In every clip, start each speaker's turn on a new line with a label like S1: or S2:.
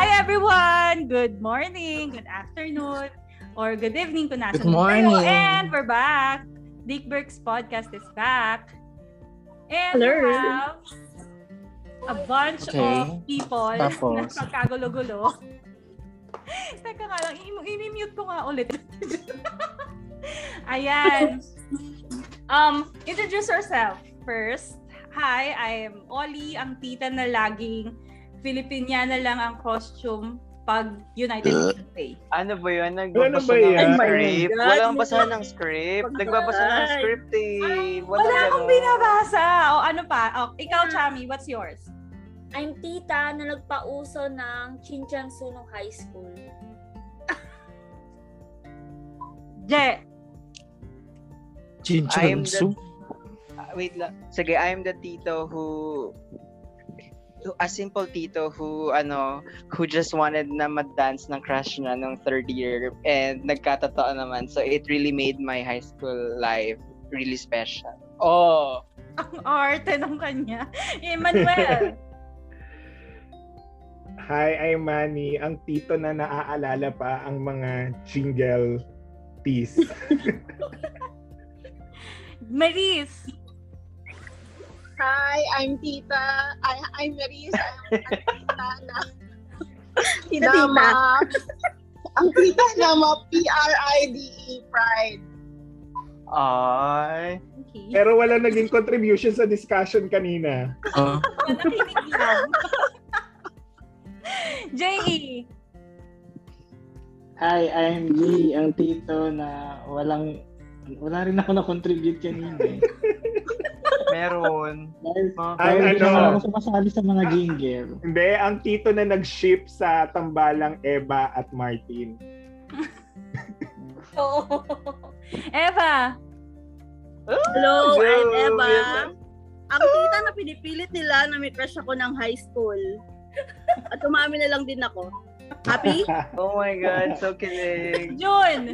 S1: everyone! Good morning, good afternoon, or good evening kung nasa
S2: Good morning.
S1: And we're back! Dick Burke's podcast is back. And
S3: Hello.
S1: we have a bunch
S2: Okay.
S1: of people na
S2: Tapos.
S1: magkagulo-gulo. Teka nga lang, i- i-mute ko nga ulit. Ayan. Um, introduce yourself first. Hi, I'm Oli, ang tita na laging Filipiniana lang ang costume pag United Nations Day.
S4: Ano ba yun?
S3: Ano
S4: Nagbabasa
S3: ba yan?
S4: ng
S3: Oh my
S4: script?
S1: God.
S4: Walang basahan ng script.
S3: Pagkain.
S4: Nagbabasa ng script eh.
S1: Wala
S4: Walang
S1: akong
S4: ganun.
S1: binabasa. O ano pa? O, ikaw, Chami, what's yours?
S3: I'm tita na nagpauso ng Chinchangsu nung high school.
S1: Je.
S2: Chinchun
S4: I'm the-
S2: soup.
S4: Ah, Wait lang. Sige, I'm the tito who who- a simple tito who ano who just wanted na mag-dance ng crush na nung third year and nagkatotoo naman so it really made my high school life really special oh
S1: Ang arte ng kanya. Emmanuel.
S5: Hi, I'm Manny, ang tito na naaalala pa ang mga jingle tees.
S1: Maris.
S6: Hi, I'm Tita. I, I'm Maris. I'm ang Tita na kinama. ang Tita na ma- P-R-I-D-E, E, pride.
S4: ay
S1: Okay.
S5: Pero wala naging contribution sa discussion kanina.
S2: Ah,
S1: Nakikinig lang. J.E.
S7: Hi, I'm G, ang tito na walang wala rin ako na-contribute kanina. eh.
S4: meron
S7: Dahil
S4: Mga-
S5: Ay,
S7: dahil
S5: ano?
S7: hindi naman ako sumasali sa mga jingle.
S5: Hindi, ang tito na nag-ship sa tambalang Eva at Martin.
S3: Oo.
S1: Eva.
S4: Hello,
S8: Hello, I'm Eva.
S4: Eva.
S8: Ang tita na pinipilit nila na may crush ako ng high school. At umami na lang din ako. Happy?
S4: oh my god so kilig
S1: June.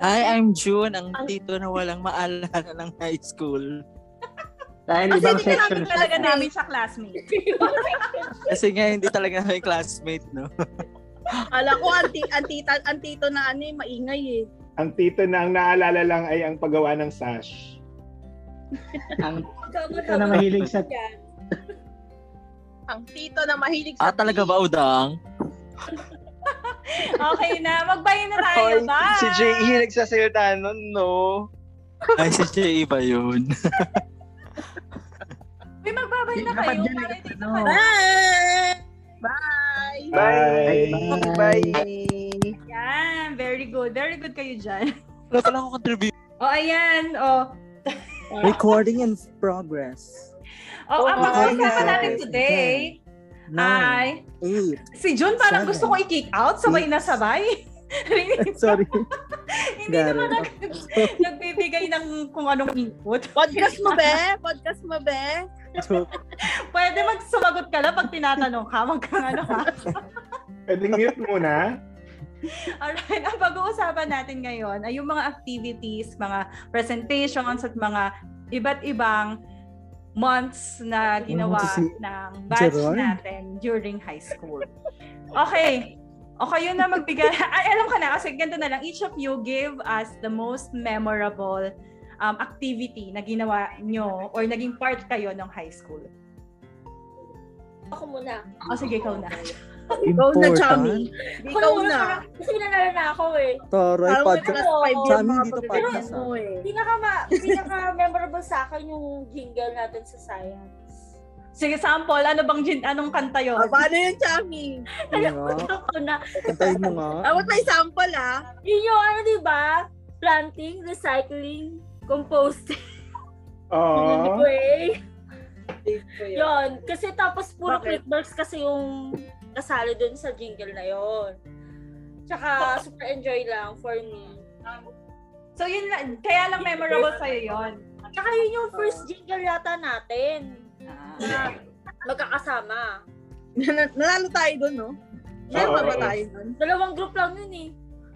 S2: Ay, I'm June, ang tito na walang maalala ng high school.
S1: Kasi
S7: Dahil ibang
S1: hindi ka
S7: section
S1: namin
S7: siya.
S1: talaga namin siya classmate.
S2: Kasi nga, hindi talaga kami classmate, no?
S8: Kala ko ang, ti- ang tita, ang tito na ano eh, maingay eh.
S5: Ang tito na ang naalala lang ay ang paggawa ng sash.
S7: Ang
S3: Ikaw
S7: tito na mahilig sa
S3: yan.
S6: Ang tito na mahilig sa
S2: Ah, talaga ba, Udang?
S1: Okay na. Magbayin na tayo.
S4: Hoy,
S1: Bye.
S4: si J.E. nagsasalita nun no
S2: Ay, si Jay ba yun?
S1: Uy, magbabay na
S7: Dapat
S1: kayo.
S7: yun,
S1: para hindi
S7: ano.
S1: naman-
S8: Bye!
S6: Bye!
S5: Bye!
S7: Bye.
S4: bye.
S1: Yan, very good. Very good kayo dyan.
S2: Wala pala akong contribute.
S1: O, ayan. Oh. O,
S2: Recording in progress.
S1: o ang
S4: Oh,
S1: pag-uusapan
S2: yes.
S1: natin today ay...
S2: Eight.
S1: Si June parang
S2: Seven.
S1: gusto ko i-kick out, sabay na sabay. Hindi
S2: Sorry. Got
S1: naman
S2: it.
S1: nag- nagbibigay ng kung anong input.
S8: Podcast mo be? Podcast mo be?
S1: Pwede magsumagot ka lang pag tinatanong ka, wag kang ano ha.
S5: Pwedeng mute muna.
S1: Alright, ang pag-uusapan natin ngayon ay yung mga activities, mga presentations at mga iba't ibang months na ginawa
S2: Ano si
S1: ng batch
S2: Gerard?
S1: natin during high school. Okay. O kayo na magbigay. Ay, alam ka na kasi ganito na lang. Each of you give us the most memorable um, activity na ginawa nyo or naging part kayo ng high school.
S3: Ako muna.
S1: O sige, ikaw na.
S8: Ikaw na, Chami. Ikaw
S3: Ako
S8: na.
S3: parang- Kasi nalala na ako eh.
S2: Toroy,
S8: Parang may class 5
S2: Chami,
S8: yung mga
S2: dito
S8: pagkakas
S2: podcast,
S8: mo eh.
S3: Pinaka, ma- pinaka memorable sa akin yung jingle natin sa science.
S1: Sige, sample. Ano bang, gin- anong kanta yun?
S8: Ah, paano yun, Chami?
S3: Ako na.
S2: Kantayin mo nga.
S8: Dapat may sample ah.
S3: Yun yung ano, di ba? Planting, recycling, composting.
S5: Oh,
S3: Anyway, yun. Kasi tapos puro
S8: Bakit?
S3: clickworks kasi yung kasali dun sa jingle na yon. Tsaka super enjoy lang for me.
S1: So yun lang, kaya lang memorable sa'yo yun.
S3: Tsaka yun yung first jingle yata natin
S8: Ah.
S3: na magkakasama.
S8: Nan- Nanalo tayo dun, no? Meron
S5: Oo.
S8: ba tayo dun?
S3: Dalawang group lang yun eh.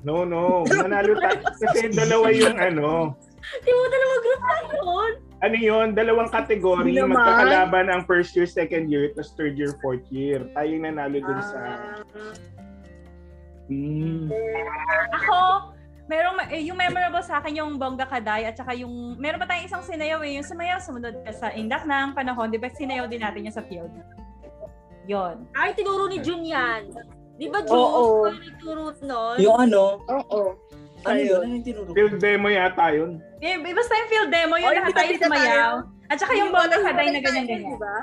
S5: no, no. Manalo tayo. Kasi dalawa yung ano.
S3: Di ba dalawang group lang yun?
S5: ano yun, dalawang kategory,
S8: Naman.
S5: magkakalaban ang first year, second year, tapos third year, fourth year. Tayong nanalo dun sa...
S8: Ah.
S7: Mm.
S1: Ako, merong, eh, yung memorable sa akin yung Bongga Kaday at saka yung, meron pa tayong isang sinayaw eh, yung sumayaw, sumunod ka sa indak ng panahon, di ba sinayaw din natin yung sa field? Yun.
S3: Ay, tinuro ni Jun yan. Di ba, Jun? Oo.
S9: Oo.
S3: Tinuro nun.
S9: Yung ano,
S8: Oo.
S9: ano yun? Ano yung tinuro?
S5: Field demo yata yun.
S1: Eh, eh, basta yung field demo, yun
S8: Oh,
S1: lahat
S8: yung
S1: tayo
S8: kita-kita
S1: sumayaw. At saka yung Bongga
S8: walang-
S1: Kaday na
S8: walang tayo,
S1: ganyan-ganyan.
S8: di ba?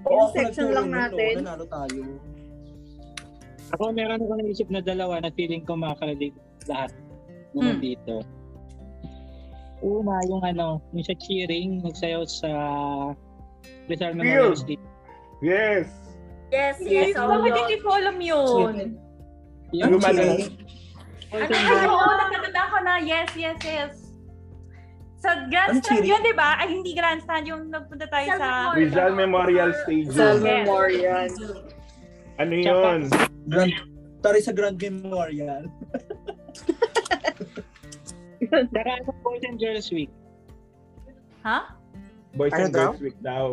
S9: Oo,
S8: Yung diba? section
S9: nagturo
S8: lang
S9: nun, no?
S8: natin.
S9: Nanalo ano tayo.
S7: Ako meron akong naisip na dalawa na feeling ko makaka-relate lahat
S1: Hmm.
S7: ng dito. Una, yung ano, yung sa cheering, nagsayaw sa Rizal Memorial
S5: Field.
S7: Stadium.
S5: Yes!
S3: Yes,
S1: Yes,
S3: yes.
S8: oh,
S3: oo,
S1: bakit
S3: yun.
S1: hindi ko alam yun?
S7: Yung
S5: Yung ano?
S1: Ano ay, oo, natatanda ko na. Yes, yes, yes. Sa grandstand
S9: Ano, Chiri?
S1: yun, di ba? Ay, hindi grandstand yung nagpunta tayo
S3: Sa
S1: sa...
S3: Memorial.
S5: Rizal Memorial
S6: Sa
S5: Stadium.
S6: memorial.
S5: Ano yun?
S9: Grand, tari sa Grand Memorial.
S7: Saka sa Boys and Girls Week.
S1: Ha?
S5: Boys
S2: Ano
S5: and
S2: daw?
S5: Girls Week daw.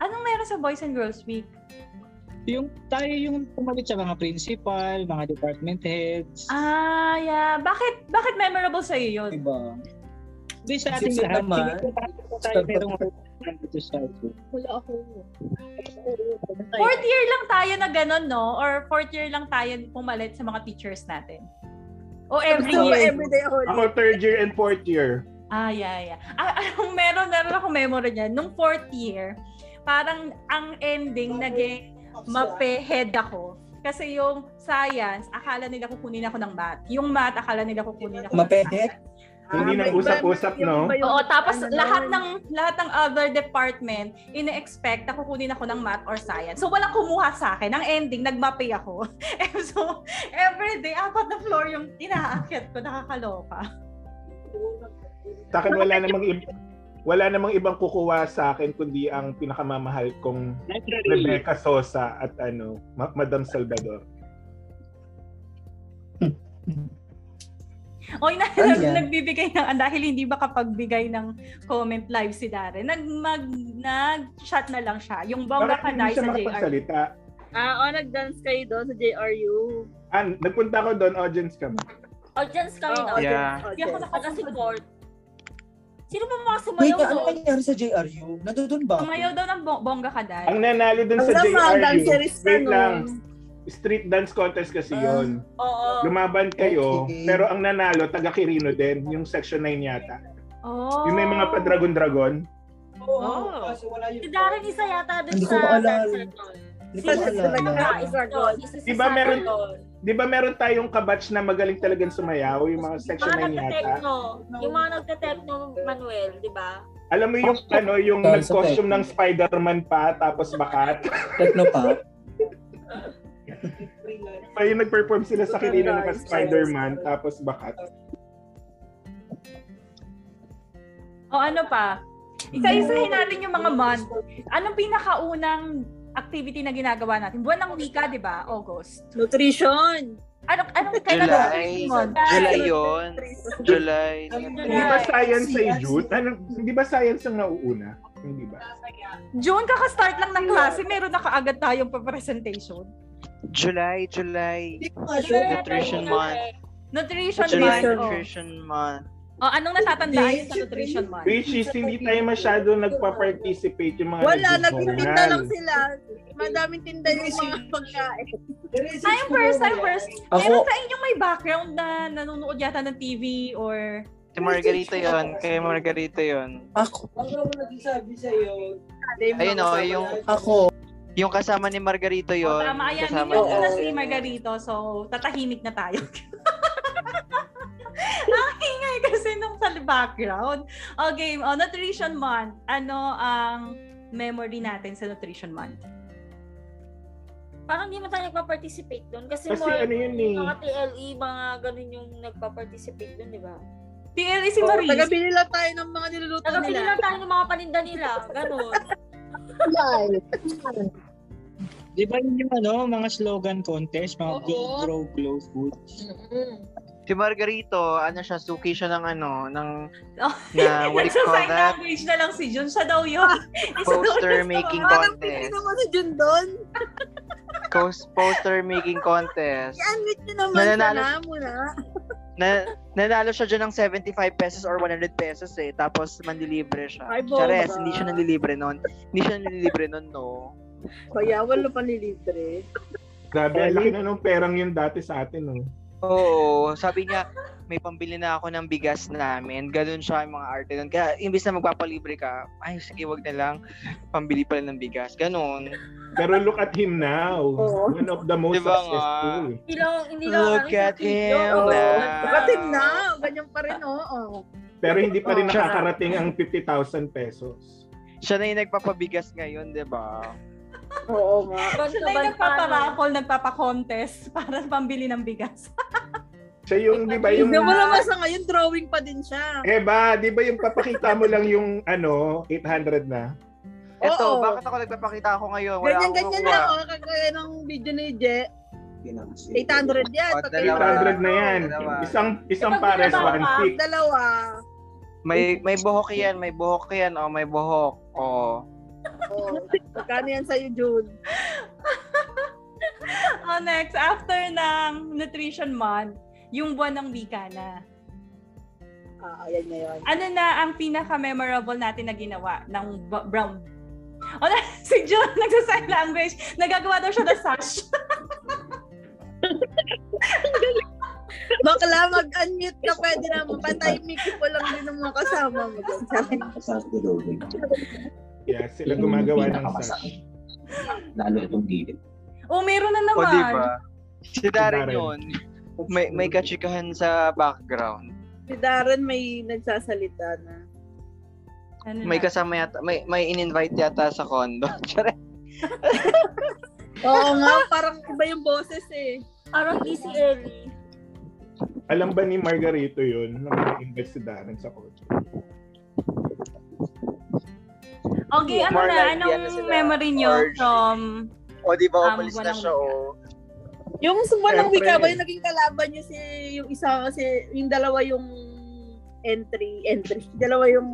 S1: Anong meron sa Boys and Girls Week?
S7: Yung tayo yung pumalit sa mga principal, mga department heads.
S1: Ah, yeah. Bakit bakit memorable sa iyo 'yun?
S9: Diba?
S7: Hindi sa ating
S9: Sipsip
S7: lahat.
S9: naman.
S7: Tingin ko tayo- tayo merong dito sa atin.
S1: Fourth year lang tayo na ganun, no? Or fourth year lang tayo pumalit sa mga teachers natin. O every
S8: So,
S1: year.
S8: everyday holiday.
S5: Ako third year and fourth year.
S1: Ah, yeah, yeah. Ah, anong meron, meron ako memory niya. Nung fourth year, parang ang ending naging mape-head ako. Kasi yung science, akala nila kukunin ako ng math. Yung math, akala nila kukunin ako ng
S9: Mape-head?
S1: science.
S5: Hindi nang
S8: Ah, may
S5: usap-usap,
S8: iba-
S5: no?
S8: iba yung-
S1: Oo, tapos
S8: ano,
S1: lahat
S8: yun.
S1: ng lahat ng other department, ine-expect na kukunin ako ng math or science. So walang kumuha sa akin. Ang ending, nagmape ako. And so everyday, apat na floor yung inaakyat ko, nakakaloka.
S5: Sa akin wala namang i- wala namang ibang kukuha sa akin kundi ang pinakamamahal kong
S7: Library.
S5: Rebecca Sosa at ano, Ma- Madam Salvador.
S1: Oy, na,
S9: Ano yan?
S1: nagbibigay ng ah, dahil hindi makapagbigay ng comment live si Darren. Nag mag nag-chat na lang siya. Yung bongga
S5: Bakit
S1: ka
S5: hindi siya
S1: sa JR.
S5: makapagsalita?
S8: Ah, oh, nag-dance kayo doon sa JRU.
S5: An, nagpunta ako doon, audience ka ba?
S3: Audience Oh, kami
S8: Oo,
S3: na.
S8: audience,
S4: Yeah.
S1: Hindi ako
S8: audience.
S3: Kasi court. Sino ba mga
S9: Wait,
S3: sumayaw
S9: ano
S3: doon?
S9: nangyari sa JRU? Nandun ba? ako?
S1: Tumayaw daw ng bo- bongga ka dahil.
S5: Ang nanalo doon sa
S8: Ang mga
S5: JRU,
S8: danceries ka
S5: wait
S8: nun.
S5: lang, street dance contest kasi
S9: Ah.
S5: yon.
S3: Oo.
S5: Lumaban kayo,
S9: Okay.
S5: pero ang nanalo, taga Kirino din, yung section 9 yata.
S1: Oh.
S5: Yung may mga pa-dragon-dragon.
S1: Oh.
S9: Kaso wala yun.
S3: Si Darren isa yata dun
S9: Hindi ko
S3: sa
S9: maalala.
S3: dancer doon.
S9: Hindi ko maalala.
S3: Ah, isa doon. Isa si
S5: Di
S3: Sarah
S5: ba Diba meron-
S3: doon.
S5: Di ba meron tayong kabatch na magaling talagang sumayaw, yung
S3: Yung
S5: mga
S3: mga
S5: section 9 yata?
S4: diba?
S3: nagte-techno. Yung mga nagte-techno, Manuel, diba? di ba?
S5: Alam mo yung ano, yung
S9: Sa- sa
S5: nag-costume
S9: tech.
S5: ng Spider-Man pa, tapos bakat.
S9: Technopop.
S5: Pa yung nag-perform sila sa Kirino na Spider-Man, tapos bakat.
S1: O ano pa? Isa-isahin natin yung mga month. Anong pinakaunang activity na ginagawa natin? Buwan ng wika, di ba? August.
S8: Nutrition.
S1: Anong, anong kailan
S4: July.
S1: month?
S4: July yun. July.
S5: Hindi ba science ay June? Ano, hindi ba science ang nauuna? Hindi ba?
S1: June, kakastart lang ng klase. Meron na kaagad tayong pa-presentation.
S4: July, July. Nutrition month.
S3: eh.
S1: Nutrition
S4: July
S1: month. Oh.
S4: Nutrition Month.
S1: O, anong natatandaan niyo sa nutrition month?
S5: Which is hindi tayo masyado nagpa-participate yung mga
S8: Wala, nagtitinda
S5: nagsisinungalingan.
S8: lang sila. Madaming tinda yung mga pagkain.
S1: Time first, time first. Meron
S9: Ako,
S1: sa inyong may background na nanonood yata ng TV or...
S4: Si Margarita yun. Kay Margarita yun.
S9: ako,
S4: Ayun o, yung,
S9: ako.
S4: yung kasama ni Margarita
S1: Oh,
S4: yun.
S1: Tama, ayan.
S4: kasama
S1: Yung
S4: niya.
S1: una si Margarito, so tatahimik na tayo. Ang ingay kasi nung sa background. Okay, oh, Nutrition Month. Ano ang memory natin sa Nutrition Month?
S3: Parang hindi mo tayo nagpa-participate doon. Kasi,
S5: Kasi
S3: more
S5: ano yun eh.
S3: mga TLE, mga ganun yung nagpa-participate diba? doon, di ba?
S1: TL eh, si
S8: Oh,
S1: Marie.
S8: Taga-bili lang tayo ng mga niluluto
S3: Nagpapili
S8: nila.
S3: lang tayo ng mga paninda nila. Ganun.
S7: Di ba yun yung ano, mga slogan contest,
S6: Oo.
S7: mga go, grow, glow food?
S6: Mm-mm.
S4: Si Margarito, ano siya, suki siya ng ano, ng,
S1: Oh.
S4: na, Ah, what do you call
S1: Nagsasign
S4: that?
S1: language na lang si Jun. Siya daw yun. Isa daw yun
S4: Poster
S1: sa
S4: making
S1: mga-
S8: Parang pinili
S4: contest.
S8: Ano naman si Jun doon.
S4: Cos- poster making contest.
S8: I-unmute nyo naman siya
S4: Nananalo-
S8: na muna.
S4: Na, nanalo siya dyan ng 75 pesos or 100 pesos eh. Tapos manlilibre siya.
S8: Ay, bomba.
S4: Chares, hindi siya nanlilibre noon. Hindi siya nanlilibre noon, no.
S8: Kaya wala panlilibre.
S5: Grabe, ang laki na nung perang yun dati sa atin. No?
S4: Oo, sabi niya, may pambili na ako ng bigas namin. Ganun siya yung mga arte nun. Kaya, imbis na magpapalibre ka, ay, sige, wag na lang. Pambili pala ng bigas. Ganun.
S5: Pero look at him now.
S8: Oo.
S5: One of the most
S4: Diba nga?
S5: successful.
S3: Hindi lang, hindi lang
S4: Look
S3: ano,
S4: at
S3: sa video.
S4: him
S3: Oo.
S4: now.
S8: Kapatid na, ganyan pa rin, oo.
S5: Pero hindi pa rin
S4: Oo.
S5: nakakarating ang 50,000 pesos.
S4: Siya na yung nagpapabigas ngayon, di ba?
S8: Oo nga.
S1: Siya na yung nagpaparakol, nagpapakontest para pambili ng bigas.
S5: Siya yung, di ba yung...
S8: Hindi mo naman sa ngayon, drawing pa din siya.
S5: Eba, di ba yung papakita mo lang yung ano, 800 na?
S4: Eto,
S8: Oo.
S4: bakit ako nagpapakita ako ngayon? Wala
S8: Ganyan-ganyan
S4: akong makuha.
S8: lang, oh. Kagaya ng video ni Je,
S9: Ginang-
S8: 800 yan.
S4: Oh,
S8: Pag
S4: dalawa.
S8: kailangan-
S5: 800 na yan.
S4: Dalawa.
S5: Isang isang
S8: Eh,
S1: Ito,
S5: pares,
S1: dalawa.
S5: one stick.
S8: Dalawa.
S4: May may buhok 'yan, may buhok 'yan. Oh, may buhok. Oh.
S8: Oo. Magkano yan sa'yo, Jun?
S1: Oh, next, after ng Nutrition Month, yung buwan ng wika na.
S8: Ah, ayan na yun.
S1: Ano na ang pinaka-memorable natin na ginawa ng b- brown? O, na, si Jun, nagsasign language. Nagagawa daw siya ng sash.
S8: Bakla, mag-unmute ka, pwede naman. Pantay mic po lang din ng mga kasama mo. dun.
S9: Masarap na daw yun.
S5: Yeah, sila
S9: Yung
S5: gumagawa ng
S9: pinakamasarap.
S5: sash.
S9: Lalo itong gilid.
S1: O, Oh, meron na
S4: O
S1: naman.
S4: di ba? Si Darren
S5: Darren.
S4: 'yun. May may kachikahan sa background.
S8: Si Darren may nagsasalita na.
S1: Ano
S4: May
S1: na?
S8: Hmm.
S4: kasama yata, may may in-invite yata sa condo. Charot.
S8: Oo nga, parang iba yung boses eh.
S3: Parang di si Ellie.
S5: Alam ba ni Margarito yun? Nung invest si Darren sa kotse.
S1: Okay, ano
S4: More
S1: na?
S4: likely,
S1: Anong
S4: ano sila,
S1: memory nyo
S4: orgy.
S1: from
S4: O di
S1: Um,
S4: ba umalis
S1: walang
S4: na siya
S1: wika.
S4: oh.
S8: Yung sumpa ng
S5: Siyempre.
S8: wika ba yung naging kalaban niyo si yung isa kasi yung dalawa yung entry, entry. Dalawa yung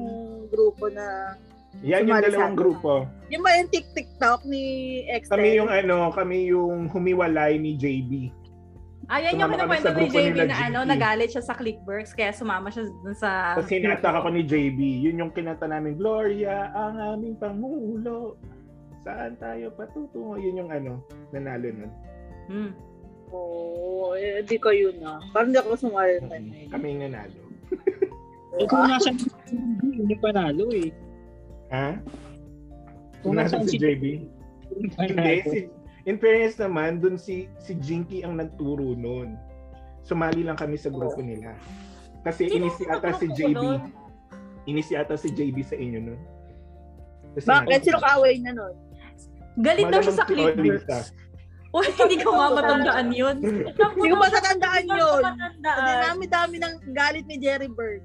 S8: grupo na
S5: Yan yung
S8: Sumali sa
S5: dalawang
S8: akin.
S5: grupo.
S8: yung ba yung TikTok ni X
S5: Kami yung ano, kami yung humiwalay ni JB.
S1: Ayan Ah, yung
S5: Sumama kami
S1: kinukwento
S5: sa
S1: ni
S5: grupo
S1: JB
S5: nila,
S1: na ano,
S5: GP.
S1: nagalit siya sa Clickworks kaya sumama siya dun sa...
S5: Tapos hinata ako ni JB. Yun yung kinanta namin, Gloria, ang aming pangulo. Saan tayo patutungo? Yun yung ano, nanalo nun.
S1: Hmm.
S8: Oo, eh, di ko yun ah. Parang di ako sumali na
S5: Kami kami yung nanalo.
S7: Eh, kung nasa hindi panalo eh.
S5: Ha?
S7: Kung
S5: Nasa
S7: nasaan
S5: si
S7: si
S5: JB?
S7: Hindi
S5: Hindi.
S7: panalo.
S5: Si, in fairness naman, dun si, si Jinky ang nagturo nun. Sumali lang kami sa grupo nila. Kasi
S3: Sino
S5: inisi ata
S3: ang
S5: si
S3: grupo
S5: JB.
S3: doon?
S5: Inisi ata si JB sa inyo nun. Tapos
S8: Bakit?
S5: sinabi-
S8: Sino kaaway niya nun?
S1: Galit daw siya sa
S5: Malamang si Olita.
S1: Clickworks. Uy, hindi ko nga matandaan yun.
S8: Hindi ko matatandaan yun. Ang
S1: Matandaan.
S8: dinami-dami ng galit ni Jerry Bird.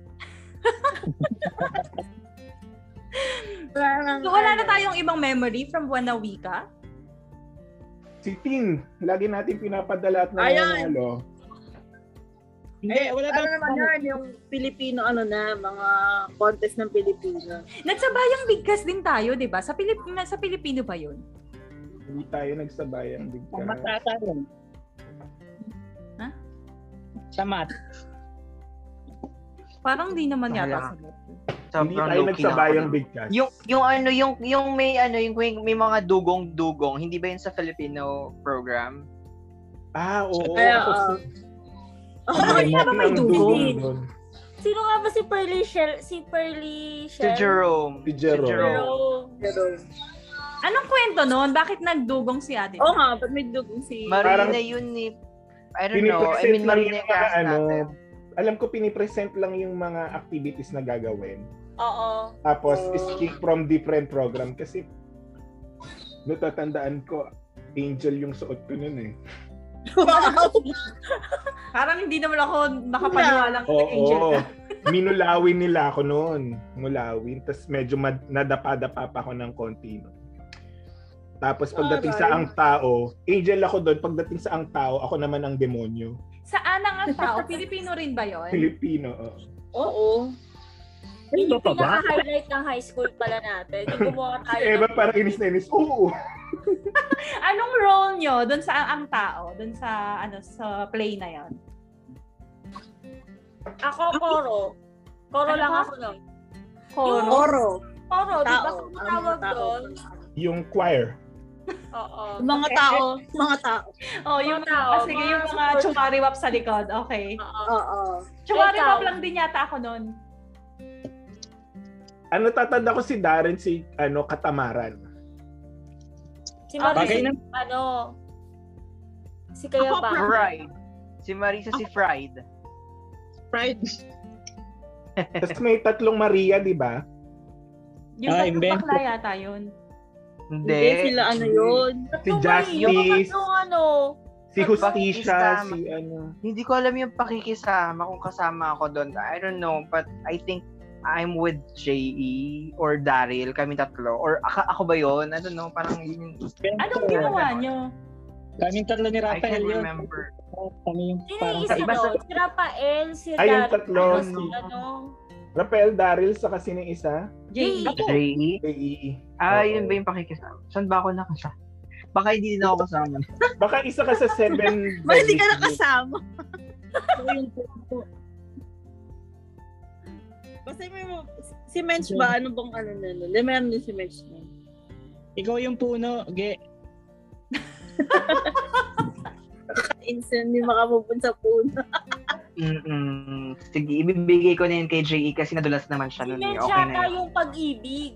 S8: Parang,
S1: So, wala na tayong ibang memory from buwan na wika.
S5: Si Tin, lagi natin pinapadala at
S8: Ayan.
S5: nanalo.
S7: Hindi, wala
S8: Ano
S7: daw.
S8: naman yun, yung Pilipino, ano na, mga contest ng Pilipino.
S1: Nagsabayang bigkas din tayo, di ba? Sa, Pilip sa Pilipino ba yun?
S5: Hindi tayo nagsabayan. Big
S7: Sa
S5: ka.
S7: matata yun.
S1: Ha?
S7: Sa mat.
S1: Parang di naman yata.
S4: Wala.
S1: sagot.
S5: Hindi tayo nagsabayang bigkas.
S4: Yung yung ano, yung yung may ano, yung may- may mga dugong-dugong, hindi ba yun sa Filipino program?
S5: Ah, oo.
S8: Kaya,
S5: Ako
S8: ah,
S5: si-
S3: Ako kanina
S5: Ang
S3: naman may
S5: dugong
S3: dugo.
S5: nun.
S3: Sino nga ba si Pearly Shell? Si Pearly
S4: Si
S3: Shell?
S4: Jerome.
S5: Si Jerome.
S3: Jerome.
S8: Pero,
S1: Anong kwento noon? Bakit nagdugong si ate?
S8: oo
S3: Oh.
S8: nga, ba't may dugong si...
S4: Marina
S5: Parang-
S4: yun ni I don't know. I
S5: Pinipresent lang
S4: mean, Marina
S5: yung mga
S4: yung cast
S5: ano.
S4: natin.
S5: Alam ko pinipresent lang yung mga activities na gagawin.
S3: Oo.
S5: Tapos
S8: Oh.
S5: skip from different program kasi natatandaan ko angel yung suot ko nun eh.
S8: Wow!
S1: Parang hindi naman ako makapaniwala kay
S5: Oo.
S1: Angel.
S5: oo. Minulawin nila ako noon. Mulawin. Tapos medyo mad- nadapa-dapa pa ako ng konti nun. Tapos pagdating sa
S8: Aray.
S5: ang tao, angel ako doon. Pagdating sa ang tao, ako naman ang demonyo.
S1: Saan ang ang tao? Pilipino rin ba yon?
S5: Filipino, oo.
S3: Oo.
S4: Ano
S3: Yun yung
S7: pa ba?
S3: pinaka-highlight ng high school pala natin. Yung gumawa
S5: Si
S3: tayo
S4: Eh,
S5: Eva
S3: ng-
S5: parang inis na inis, oo.
S1: Anong role nyo doon sa ang, ang tao? Doon sa ano sa play na yon?
S3: Ako, Koro. Koro
S1: Ano
S3: lang
S1: ka?
S3: ako nun.
S1: Koro.
S8: Oro.
S3: Koro, di ba
S8: Tao.
S3: kung
S8: Ang
S3: tawag
S8: tao.
S3: doon?
S5: Yung choir.
S3: Oo.
S8: Mga tao. Mga tao.
S1: Oh, yung
S3: Mga tao,
S1: mga, sige, yung
S3: mga
S1: mga
S3: support-
S1: chumariwap sa likod. Okay.
S3: Oo.
S8: Oo.
S1: Chumariwap
S3: Ikaw.
S1: lang din yata ako noon.
S5: Ano tatanda ko si Darren si ano Katamaran.
S3: Si
S1: Ah,
S3: Marisa,
S4: Bagay na-
S3: ano? Si Kaya
S6: Ako,
S3: ba?
S4: Fried. Si Marisa si Fried.
S6: Pride.
S5: Tapos may tatlong Maria, di ba?
S1: Yung
S7: Ah,
S1: tatlong
S7: invento.
S1: bakla yata yun.
S8: Hindi sila ano yun.
S5: Si
S3: Tatlong
S5: Justice.
S3: Maria, tatlong ano?
S5: Si
S4: Tatlong
S5: Justicia,
S4: pakikisama.
S5: si ano.
S4: Hindi ko alam yung pakikisama kung kasama ako doon. I don't know, but I think I'm with JE or Daryl, kami tatlo. Or ako, ako ba yun? I don't know, parang yun,
S1: Anong ginawa nyo?
S7: Kaming tatlo ni
S4: I
S7: Rafael
S4: can't
S7: yun.
S4: remember.
S7: Kami Ano yung
S3: Sino
S7: parang
S3: yung
S4: Sa
S3: isa
S4: iba
S3: doon?
S4: sa-
S3: Si Rafael, si
S5: Ay, yung
S3: Dar-
S5: tatlo,
S3: ano,
S5: no.
S3: si ano?
S5: Rafael Daryl sa kasi ng isa.
S1: Jay.
S4: JE?
S5: JE.
S4: Ah,
S5: Oo.
S4: yun ba yung pakikisama? Saan ba ako nakasama? Baka hindi na ako kasama.
S5: Baka isa ka sa seven.
S8: Ba, hindi ka nakasama. Basta may mo, si Mench ba? Ano bang ano na nun? Hindi, meron din si Mench nun.
S7: Ikaw yung puno, ge.
S8: Instant, hindi makamupun sa puno.
S4: Mm-mm. Sige, ibibigay ko na yun kay JE kasi nadulas naman
S3: Si
S4: siya nun. eh.
S3: Mench
S4: Okay na
S3: yata
S4: yun.
S3: yung pag-ibig.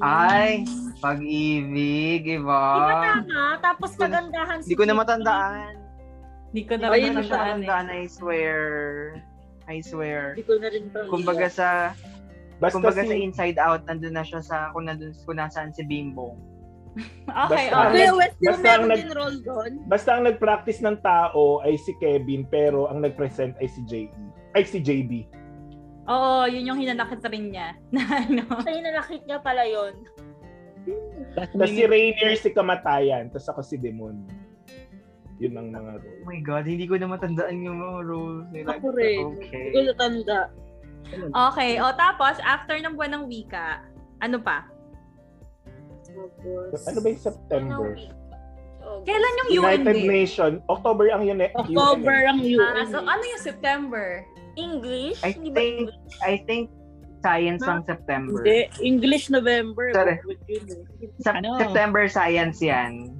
S4: Ay, pag-ibig, iba.
S3: Di ba tama? Tapos kagandahan si
S4: Hindi ko na
S3: Jay.
S4: matandaan.
S1: Hindi ko na
S4: Hindi ko
S1: rin
S4: na siya
S1: matandaan eh.
S4: matandaan, I swear. I swear.
S8: Hindi ko na rin pang
S4: Kumbaga sa
S5: Basta
S4: kumbaga sa
S5: si,
S4: Inside Out nandun na siya sa kung nandun kung nasaan si Bimbo.
S1: Okay,
S5: Basta-
S1: okay.
S8: Ah, Kuya West, di ba
S5: Basta ang
S8: meron
S5: nag-
S8: din role doon?
S5: basta ang nag-practice ng tao ay si Kevin pero ang nag-present ay si JE. Ay si JB.
S1: Oo, yun yung hinanakit rin niya. Na ano.
S3: Sa hinalakit niya pala yun.
S5: Tapos si Rainier si Kamatayan. Tapos ako si Demon. Yun ang mga role.
S4: Oh my god, hindi ko na matandaan yung mga roles nila.
S8: Ako rin. Hindi
S4: Okay.
S8: ko natanda.
S1: Okay, o tapos, after ng buwan ng wika, ano pa?
S8: Tapos,
S5: Ano ba yung September?
S3: Anong week? August.
S1: Kailan yung UN
S5: United
S1: Day?
S5: Nation. October ang yun. eh.
S8: October ang E.
S1: Ah,
S8: UN.
S1: so, ano yung September?
S3: English?
S4: I
S3: Hindi ba
S4: think-
S3: English?
S4: I think science ang September.
S8: Hindi, English November.
S4: Sorry.
S8: What yun eh?
S4: Sep-
S3: Oh.
S7: Ano?
S4: September science yan.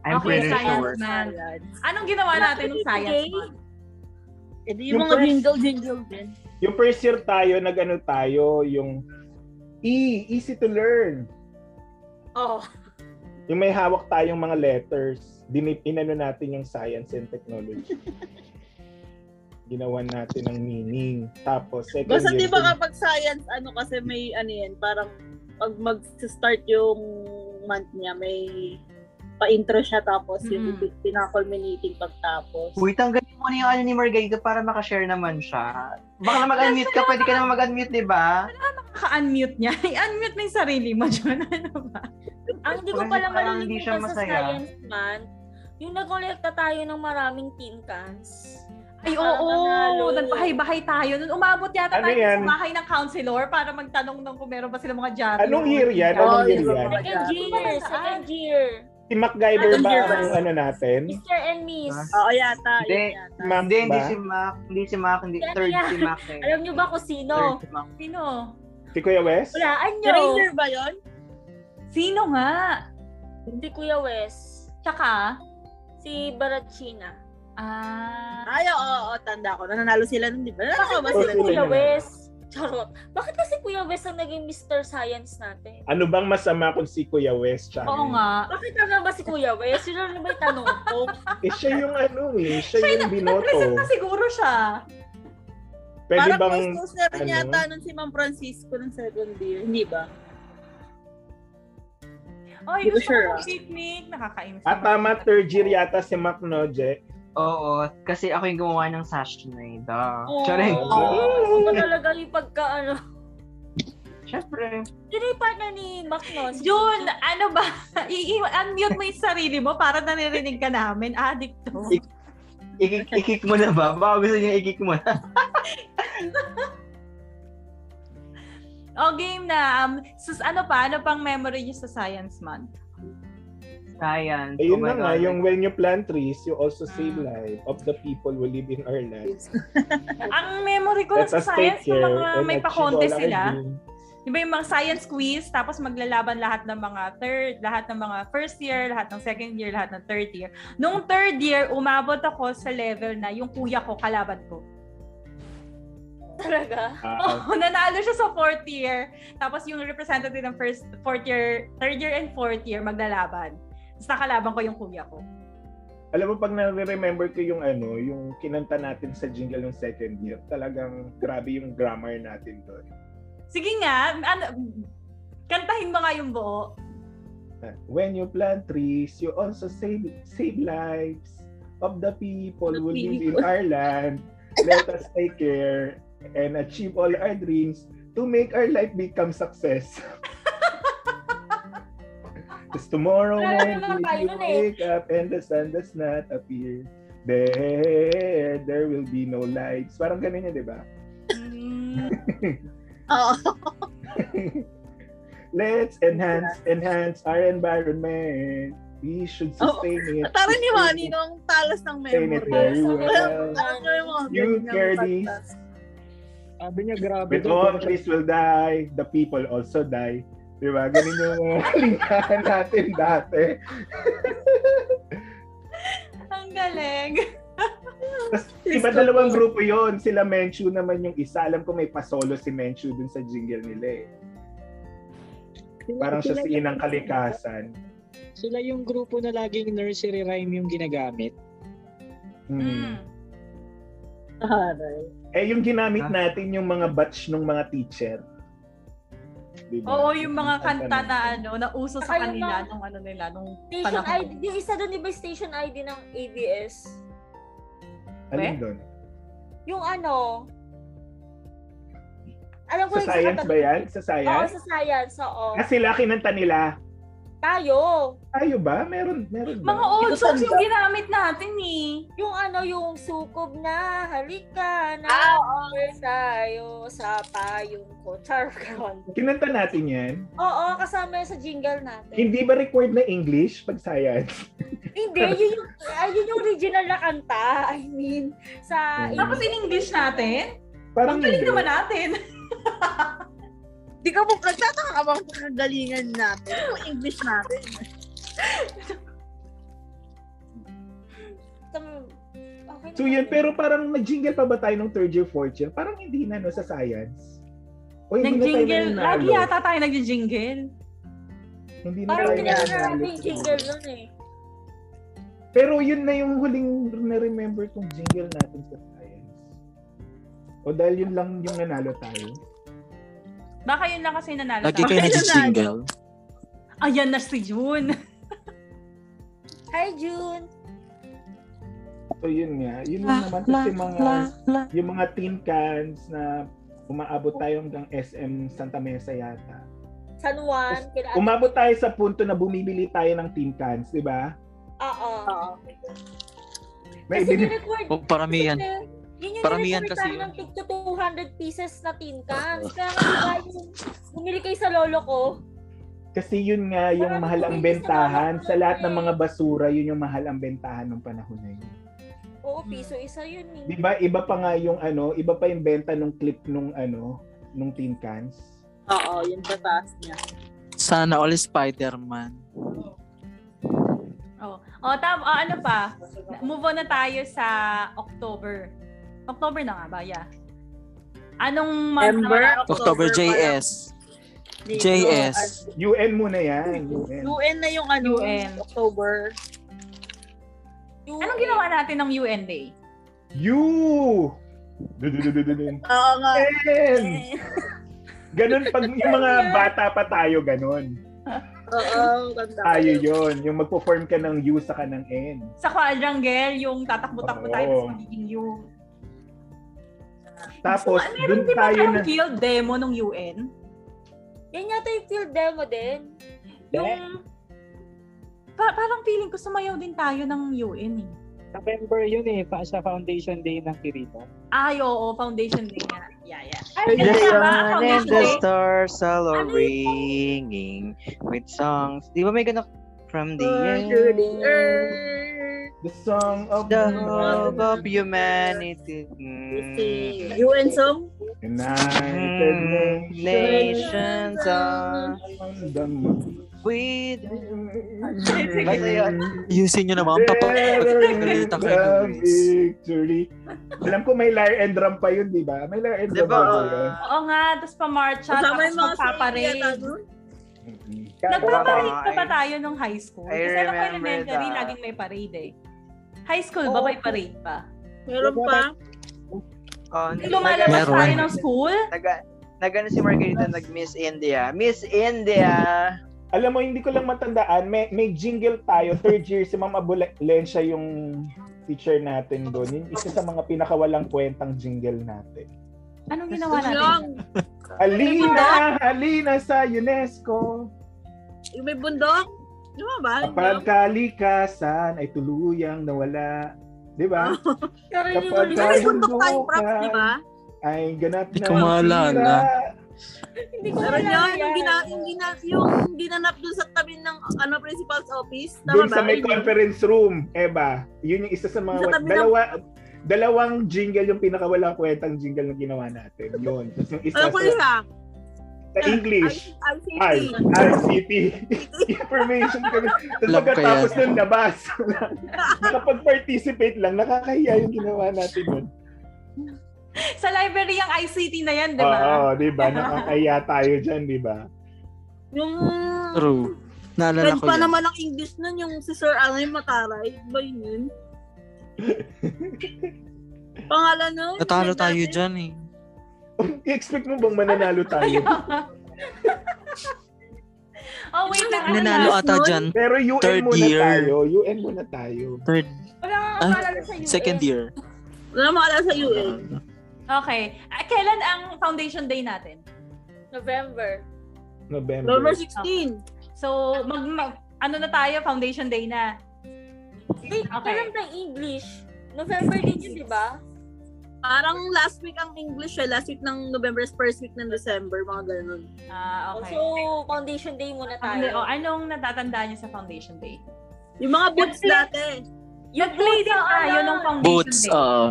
S4: I'm
S1: Okay,
S4: pretty
S1: science
S4: sure.
S1: month.
S8: Ayan.
S1: Anong ginawa natin ng science
S3: Day?
S1: month?
S8: Eh, di yung
S5: Yung
S8: mga
S5: first-
S8: jingle jingle din.
S5: Yung first year tayo, nag-ano tayo, yung E, easy to learn.
S3: Oh,
S5: Yung may hawak tayong mga letters, dinip, inano natin yung science and technology. Ginawan natin ng meaning. Tapos, second
S8: Basta
S5: year,
S8: di ba kapag science, ano kasi may ano yan, parang pag mag-start yung month niya, may pa-intro siya tapos yung
S1: Mm.
S8: pinaka-culminating pagtapos.
S4: Uy, tanggalin mo na yung ano ni Margarita para makashare naman siya. Baka na mag-unmute ka, pwede ka na mag-unmute, di ba?
S1: Kaka-unmute niya. I-unmute mo yung sarili mo, John. Ano ba?
S3: ang hindi ko
S4: Parang-
S3: pala
S4: parang hindi siya
S3: malilimutan sa
S4: masaya.
S3: science month, yung nagkolekta tayo ng maraming tin cans.
S1: Ay,
S3: Para
S1: oo.
S3: manalo.
S1: Nagbahay-bahay tayo. Nun umabot yata
S5: Ano
S1: tayo
S5: yan?
S1: sa bahay ng counselor para magtanong ng kung meron ba sila mga jari.
S5: Anong year yan? Anong year
S8: Oh,
S5: yan?
S8: yun.
S3: Second year, second year.
S5: Si MacGyver
S3: Anong
S5: ba
S3: year ba?
S5: ang ano natin?
S3: Mr. and Miss.
S8: Oo, yata.
S4: Hindi.
S8: Yun yata.
S5: Ma'am
S4: Hindi, hindi
S5: ba?
S4: si Mac. Hindi si Mac. Hindi,
S3: Yan
S4: third
S3: yan.
S4: si Mac. Eh.
S3: Alam niyo ba kung
S4: Third
S3: sino?
S4: si Mac.
S1: Sino?
S5: Si Kuya Wes?
S3: Walaan
S8: Yung
S3: niyo.
S8: Ranger ba yun?
S1: Sino nga?
S3: Si Kuya Wes.
S1: Tsaka,
S3: Si Barachina.
S1: ah,
S8: Ay, oo, oo, tanda ko. Nananalo sila nun, di ba? Nananalo ba
S5: Oo,
S8: sila
S3: Kasi
S5: sino
S8: nun?
S3: Kuya
S5: yun?
S3: Wes. Charot. Bakit kasi Kuya Wes ang naging Mr. Science natin?
S5: Ano bang masama kung si Kuya Wes? Siya?
S1: oo nga.
S3: Bakit nga ba si Kuya Wes? Yun lang ba yung tanong ko?
S5: Eh, siya yung ano eh. Siya
S1: Siya Present
S5: yung binoto.
S1: na siguro siya.
S5: Pwede
S8: Parang
S5: bang...
S8: close na rin
S5: ano?
S8: yata nun si Ma'am Francisco ng second year. Hindi ba?
S1: Ay,
S8: Hindi ko
S1: gusto
S8: sure,
S1: ko
S8: ah.
S1: Oh, ng picnic. Nakakainis.
S5: At Ah, tama, third year yata si Mac Noje.
S4: Oo, kasi ako yung gumawa ng sashimi. Duh.
S3: Oh,
S4: Charing.
S3: ano ba talaga yung pagka ano?
S4: Siyempre.
S3: Sino yung partner ni Mac no? Si
S1: June, ano ba? I- i- unmute mo yung sarili mo para naririnig ka namin. Addict to.
S4: I-kick, i-kick mo na ba? Baka gusto niya i-kick mo na.
S1: O, game na. Um, sus, ano pa? Ano pang memory niyo sa Science Month?
S4: Science.
S5: Ayun
S4: oh my
S5: na nga,
S4: God.
S5: yung when you plant trees, you also save
S1: Mm.
S5: life of the people who live in our land.
S1: Ang memory ko
S5: Let
S1: sa
S5: us
S1: science,
S5: take
S1: yung
S5: care
S1: mga
S5: and
S1: may
S5: achieve
S1: pakonte
S5: all our
S1: sila.
S5: dreams.
S1: Di ba yung mga science quiz, tapos maglalaban lahat ng mga third, lahat ng mga first year, lahat ng second year, lahat ng third year. Nung third year, umabot ako sa level na yung kuya ko, kalaban ko.
S3: Talaga?
S5: Ah,
S1: Oh, nanalo siya sa fourth year. Tapos yung representative ng first, fourth year, third year and fourth year, maglalaban. Tapos nakalaban ko yung kuya ko.
S5: alam mo, pag nare-remember ko yung ano, yung kinanta natin sa jingle ng second year, talagang grabe yung grammar natin doon.
S1: Sige nga, ano, kantahin mo nga yung buo.
S5: Na, Uh, When you plant trees, you also save save lives of the people
S8: The
S5: who live in
S8: people.
S5: our land. Let us take care and achieve all our dreams to make our life become success. Because tomorrow
S3: Wala
S5: morning
S3: naman tayo
S5: you
S3: nun eh.
S5: wake up and the sun does not appear. There, there will be no lights. Parang ganun yun, di ba?
S1: Mm,
S8: Oo.
S5: Let's enhance, enhance our environment. We should
S8: Oh,
S5: sustain it.
S8: Tara ni
S5: sustain
S8: Manny
S5: it.
S8: nung talas ng
S5: Explain it
S8: memory.
S5: very well.
S8: Ano yung mga
S5: You
S8: ganyan na
S5: care these.
S8: podcast?
S7: Sabi niya, grabe. daw,
S5: With
S7: puro-
S5: all trees will die, the people also die. Di ba? Ganun yung mga linyahan natin dati.
S1: ang galing.
S5: Tapos, iba dalawang grupo yon Sila Menchu naman yung isa. Alam ko may pasolo si Menchu dun sa jingle nila eh. Parang siya si Inang Kalikasan.
S7: Sila yung grupo na laging nursery rhyme yung ginagamit.
S5: Hmm.
S1: Mm.
S8: Aray.
S5: Eh, yung ginamit
S1: Ah.
S5: natin yung mga batch ng mga teacher. Diba? Di ba?
S1: Oo, yung mga kanta na ano, na uso sa
S3: Saka yung
S1: kanila
S3: mga-
S1: nung ano nila, nung
S3: Station ID.
S1: panahon.
S3: Yung isa doon, di ba yung station ID ng ABS?
S1: eh.
S5: Alin doon?
S3: Yung ano? Alam ko
S5: Sa
S3: yung
S5: science ba
S3: katabi-
S5: yan? Sa
S3: Oo,
S5: science?
S3: sa science, oo.
S5: Ah, sila kinanta nila.
S3: Tayo.
S5: Tayo ba? Meron, meron ba?
S1: Mga old
S8: Ito
S1: songs
S8: tanda.
S1: yung ginamit natin eh.
S3: Yung ano, yung sukob na halika na
S6: Ah,
S3: tayo sa payong ko. Char karon.
S5: Kinanta natin yan.
S3: Oo, kasama yun sa jingle natin.
S5: Hindi ba required na English pag science?
S3: Hindi, yun yung, ay, yun yung original na kanta. I mean, sa...
S5: Hmm.
S1: Tapos in English natin,
S5: Parang
S1: ang galing
S5: hindi.
S1: naman ah. natin.
S8: Di ka mo nagtataka ka bang kagalingan natin? Yung English natin.
S3: Okay
S5: So yun, pero parang nag-jingle pa ba tayo ng third year, fourth year? Parang hindi na no sa science. O hindi na ano. tayo
S1: Nag-jingle.
S5: nanalo.
S1: Lagi yata tayo nag-jingle.
S5: Hindi na
S3: Parang
S5: tayo
S3: tinatara
S5: nanalo.
S3: natin yung jingle nun eh.
S5: Pero yun na yung huling na-remember kong jingle natin sa science. O dahil yun lang yung nanalo tayo.
S1: Baka yun lang kasi nanalo
S2: Lagi
S1: tayo.
S2: kayo nag-jingle.
S1: Ayan na si June.
S3: Hi, June.
S5: So yun nga, yun lang naman kasi mga yung mga tin cans na umaabot tayo hanggang SM Santa Mesa yata.
S3: San Juan. Kila
S5: Umabot tayo sa punto na bumibili tayo ng tin cans, di ba?
S3: Oo.
S8: Oo.
S5: May
S3: Kasi
S5: ibinib-
S3: nirecord.
S2: Huwag paramihan.
S3: Yun yung
S2: Paramihan
S3: nirecord
S2: kasi
S3: tayo
S2: yun.
S3: ng tig to 200 pieces na tin cans. Kaya nga diba yung bumili kayo sa lolo ko.
S5: Kasi yun nga yung
S3: Parang
S5: mahal ang
S3: bumibili sa
S5: bentahan.
S3: mga
S5: Sa lahat ng
S3: eh.
S5: mga basura, yun yung mahal ang bentahan ng panahon na yun.
S3: Oo,
S2: Hmm.
S3: piso isa yun
S5: Di
S3: eh.
S5: ba? Iba pa nga yung ano, iba pa yung benta nung clip nung ano, nung tin cans.
S8: Oo, yung pataas niya.
S2: Sana all Spider-Man.
S1: O, tam, o, ano pa? Move on na tayo sa October. October na nga ba? Yeah. Anong month
S8: Ember,
S1: na
S2: October JS. JS.
S5: UN muna yan. UN.
S8: UN na yung ano,
S1: UN.
S8: October.
S3: Yung-
S1: Anong ginawa natin ng UN Day?
S5: You! Dudududududun.
S8: Oo nga.
S5: UN! Ganun pag yung mga bata pa tayo, ganun.
S8: Oo, ganda.
S5: Tayo yon Yung magpo-form ka ng U sa ka ng N.
S1: Sa quadrangle, yung tatakbo-takbo tayo
S5: Oo.
S1: sa magiging U.
S5: Tapos,
S3: ano,
S1: So, meron
S5: dun
S1: din ba
S5: tayo
S1: tayong
S5: na...
S1: field demo ng UN?
S3: Yan yata yung field demo din.
S1: Yung... Pa- parang feeling ko sumayaw din tayo ng UN eh.
S7: November yun eh, pa sa foundation day ng Kirita.
S1: Ay, oo, foundation day nga. Yeah, yeah.
S4: The
S1: Ay, yun na ba?
S4: sun and
S1: Foundation
S4: the
S1: day?
S4: stars all
S1: Ano
S4: are ringing with songs. Di ba may ganun? From the
S1: Ah,
S3: Through the
S4: end
S8: er,
S3: earth.
S5: The song of
S4: the
S5: love.
S4: hope of humanity. Mm.
S3: See, you and some?
S5: United
S4: Mm,
S5: Nations
S4: Nations are
S5: on the moon.
S4: with
S5: Like,
S2: Ayusin nyo naman. Papagalitan kayo ng Luis.
S5: victory. Alam ko may lyre and drum pa yun, di ba? May lyre and
S4: Di
S5: drum
S4: ba?
S5: pa yun.
S1: Oo nga, tapos pamarcha,
S8: Kasama
S1: tapos
S8: yung mga
S1: magpaparade.
S8: singing yata, no?
S5: Mm-mm.
S1: Nagpaparade pa
S4: I-
S1: ba tayo nung high school?
S4: I
S1: Kasi alam ko
S4: remember
S1: elementary,
S4: that.
S1: laging may parade eh. High school ba may parade pa?
S8: Meron pa.
S4: on
S1: Yung Lumalabas
S2: Meron.
S1: tayo ng school?
S4: Naga, nagano si Margarita nag Miss India. Miss India.
S5: Alam mo, hindi ko lang matandaan, may, may jingle tayo. Third year, si Ma'am Abulensya yung teacher natin doon. Yung isa sa mga pinakawalang kwentang jingle natin.
S1: Anong ginawa natin?
S8: Yung,
S5: Alina! Alina sa UNESCO!
S8: yung may bundok. Di ba ba?
S5: Kapag kalikasan ay tuluyang nawala. Di ba? Kapag
S8: Yung may bundok tayong props, di ba?
S5: ay ganap
S2: Hindi
S5: na
S2: ko maalala.
S1: Hindi ko
S8: Meron
S1: maalala
S8: yun, yung,
S1: yan.
S8: gina, yung, gina, yung ginanap dun sa tabi ng ano principal's office. Tama
S5: Doon
S8: ba?
S5: sa may conference room, Eva. Yun yung isa sa mga...
S8: Sa tabi ng-
S5: dalawa, dalawang jingle yung pinakawalang kwentang jingle na ginawa natin. Yun. Tapos yung isa
S8: Alam ko
S5: sa,
S8: isa.
S5: sa English.
S8: ICT.
S5: I, ICT. Information kami. Tapos
S2: Love ko
S5: pagkatapos
S2: yan.
S5: nun, labas. Nakapag-participate lang. Nakakahiya yung ginawa natin nun.
S1: Sa library yung ICT na yan, di ba?
S5: Oo, di ba? Nakakaya tayo dyan, di ba?
S8: Yung
S2: True. Naalala
S8: red
S2: ko
S8: pa
S2: yun.
S8: naman ang English nun, yung si Sir Alay Mataray. Ba yun yun? Pangalan nun? Red
S2: Natalo tayo
S8: natin.
S2: dyan eh.
S5: I-expect mo bang mananalo tayo?
S1: Oh, wait lang. ano
S2: Nanalo
S1: na?
S2: ata dyan.
S5: Pero UN
S2: Third
S5: muna
S2: year.
S5: tayo. UN muna tayo.
S2: Third,
S1: Wala kang
S2: Ah,
S1: maalala sa UN.
S2: second year.
S8: Wala mo alam sa
S5: Ah,
S8: UN.
S1: Okay. Ah, Kailan ang foundation day natin?
S3: November.
S5: November.
S8: November 16.
S1: So, mag, mag- ano na tayo, foundation day na.
S3: Wait,
S1: Okay.
S3: kailan tayong English? November din yun, diba? di ba?
S8: Parang last week ang English eh. Last week ng November, first week ng December, mga ganun.
S1: Ah, okay.
S3: So, foundation day muna
S1: Hindi, oh,
S3: tayo.
S1: anong natatandaan niyo sa foundation day?
S8: Yung mga boots dati.
S1: Yung play din tayo
S3: ano?
S1: nung foundation
S2: Boots, ah.
S1: day.
S2: oo.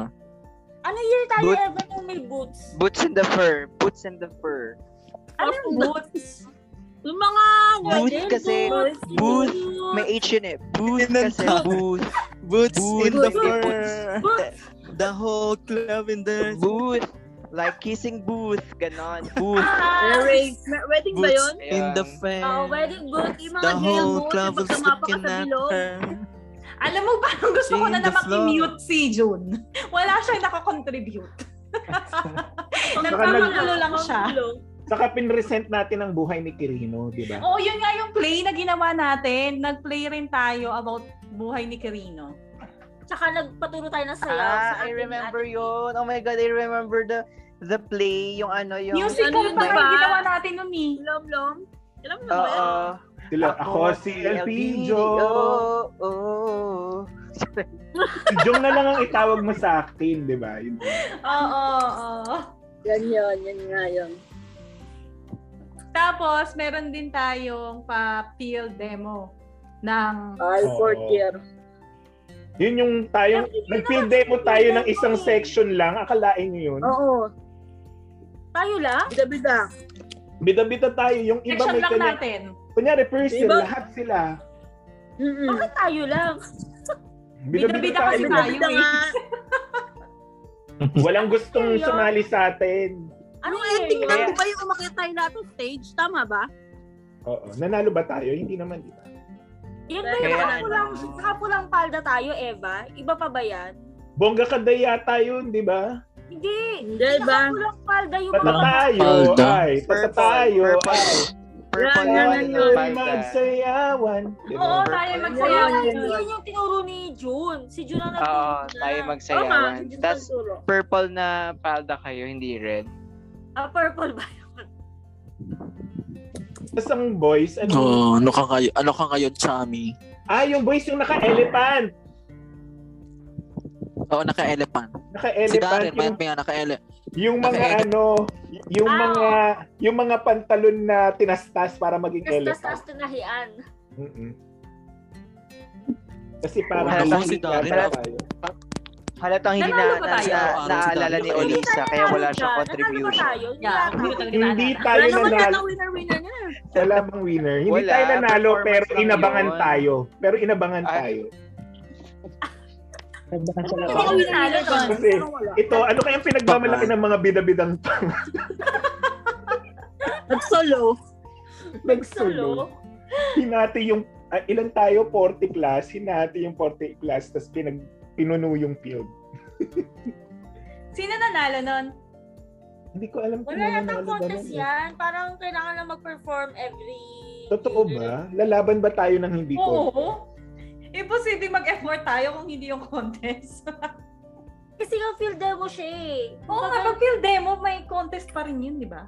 S3: Ano year tayo
S4: Boot-
S3: ever nung may boots?
S4: Boots and the fur. Boots and the fur.
S1: Ano yung boots?
S8: Yung mga
S4: Boots
S8: wedding
S4: kasi-
S8: boots.
S4: boots. May H yun eh. Boots kasi.
S2: Inanta.
S4: Boots.
S2: Boots, in the
S4: Boots.
S2: fur.
S8: Boots.
S2: The whole club in there.
S4: Boots. Like kissing booth. Ganon.
S2: Boots.
S1: Ah,
S8: Wedding. Wedding ba
S2: Boots
S8: yun?
S2: in the
S4: Ayan.
S2: fair.
S8: Oh, wedding boots. Yung mga
S2: The
S8: jail
S2: whole
S8: boots.
S2: club
S8: Yung
S2: was
S8: pagkamapa ka
S2: looking
S8: sa
S2: at
S8: bilog.
S2: her.
S1: alam mo, parang gusto ko na
S2: Sing the
S1: naman i-mute si June. Wala siyang nakakontribute. Nagpapangulo lang siya.
S5: Saka pinresent natin ang buhay ni Kirino, di ba?
S1: Oo, yun nga yung play na ginawa natin. Nag-play rin tayo about buhay ni Kirino.
S3: Tsaka nagpaturo tayo ng sayaw. sa
S4: Ah, I
S3: ating-
S4: remember yun. Oh my God, I remember the the play. Yung ano, yung...
S1: Musical
S8: Ano yun,
S1: pa nga yung
S8: diba?
S1: ginawa natin nun eh.
S8: Lom-lom. Alam mo ba
S4: Oo.
S8: yun?
S5: Sila, ako, si LP Jong.
S4: Oh, oh.
S5: Si Jong na lang ang itawag mo sa akin, di ba? Yun.
S1: Oo, oo.
S8: Yan yun. Yan nga yun.
S1: Tapos, meron din tayong pa-field demo ng
S8: Ay, fourth
S5: Oo.
S8: year.
S5: Yun yung tayong, nag-field demo tayo ng isang
S1: eh.
S5: section lang. Akalain niyo yun.
S8: Oo.
S3: Tayo lang?
S8: Bida-bida.
S5: Bida-bida tayo. Yung iba
S1: section
S5: may
S1: lang
S5: kanya.
S1: natin. Diba?
S5: Kunyari, first year,
S8: Iba-
S5: lahat sila.
S4: Hmm.
S8: Mm-mm.
S3: Bakit tayo lang?
S5: Bida-bida
S1: Bida-bida kasi
S5: tayo.
S1: tayo.
S8: Bida nga.
S5: Walang gustong sumali sa atin.
S8: Ano
S3: Ano
S8: ending
S3: yun?
S8: lang, di ba yung umakyat tayo lahat ng stage? Tama ba?
S5: Oo. Nanalo ba tayo? Hindi naman, di ba?
S3: Yan ba
S4: Kaya
S3: yung
S4: ano?
S3: kapulang, kapulang palda tayo, Eva? Iba pa ba yan?
S5: Bongga Kadaya tayo, di ba?
S3: Hindi.
S8: Hindi ba?
S3: Kapulang palda yung
S5: Tata
S3: mga...
S5: tayo,
S2: Palda.
S5: ay. Tata tayo, ay.
S4: Purple
S8: Yan,
S4: yun.
S8: yan,
S4: ng
S8: yun.
S5: Ay,
S4: Baita.
S5: magsayawan. Di ba?
S1: Oo, tayo
S3: Kaya
S1: magsayawan.
S3: yun yun yung tinuro ni June. Si June ang nagturo.
S4: Oo, tayo
S8: Tama.
S4: magsayawan.
S8: Diyos
S4: Tapos,
S8: nagturo.
S4: purple na palda kayo, hindi red.
S3: Ah, purple ba?
S5: Tapos ang boys, ano?
S2: Oh, ano ka kayo? Ano ka kayo, Chami?
S5: Ah, yung boys yung naka-elephant.
S2: Oo, naka-elephant. Si
S5: Naka-elephant
S2: Darren,
S5: yung,
S2: mayroon may naka-ele.
S5: yung mga
S2: naka-ele-
S5: ano, y- yung
S3: Ah,
S5: mga yung mga pantalon na tinastas para maging
S3: Kastas-tas
S5: elephant.
S3: tinahian.
S5: Mm-mm. Kasi para
S4: Wala
S5: maging
S2: si Darren.
S5: elephant tayo.
S4: Halatang hindi na,
S1: Nanalo ba
S4: na,
S1: tayo?
S4: na, naaalala ni
S2: Hindi
S4: Olisa, kaya wala
S3: Nanalo
S4: siyang
S3: ba
S4: contribution.
S3: tayo?
S1: Yeah,
S3: Wala
S1: hindi ko
S3: tayo.
S1: talaga
S5: Hindi
S1: naalala.
S5: tayo
S3: Wala naman
S5: nanalo.
S3: tayo winner-winner niya.
S5: Wala bang winner. Hindi
S4: Wala,
S5: tayo nanalo
S4: performance
S5: pero
S4: lang
S5: inabangan
S4: yun. Ah.
S5: tayo. Pero inabangan
S4: Ay.
S5: tayo.
S7: Nagbakas sa
S3: Hindi
S7: labas.
S3: tayo winner-winner doon.
S5: Kasi
S3: Parang wala.
S5: ito, ano kayang pinagmamalaki ng mga bidabidang
S8: Nag-solo.
S5: nagsulo? Hinati yung, ah, ilan tayo? 40 class. Hinati yung 40 class, tapos pinag, pinuno yung field.
S1: Sino nanalo nun?
S5: Hindi ko alam
S3: Wala yata
S5: nanalo ba
S3: contest
S5: nun eh.
S3: yan. Parang kailangan lang mag-perform every...
S5: Totoo ba? Lalaban ba tayo ng hindi ko?
S1: Oo. Imposible mag-effort tayo kung hindi yung contest.
S3: Kasi nga field demo siya eh.
S1: Oo nga, pag field demo, may contest pa rin yun, di ba?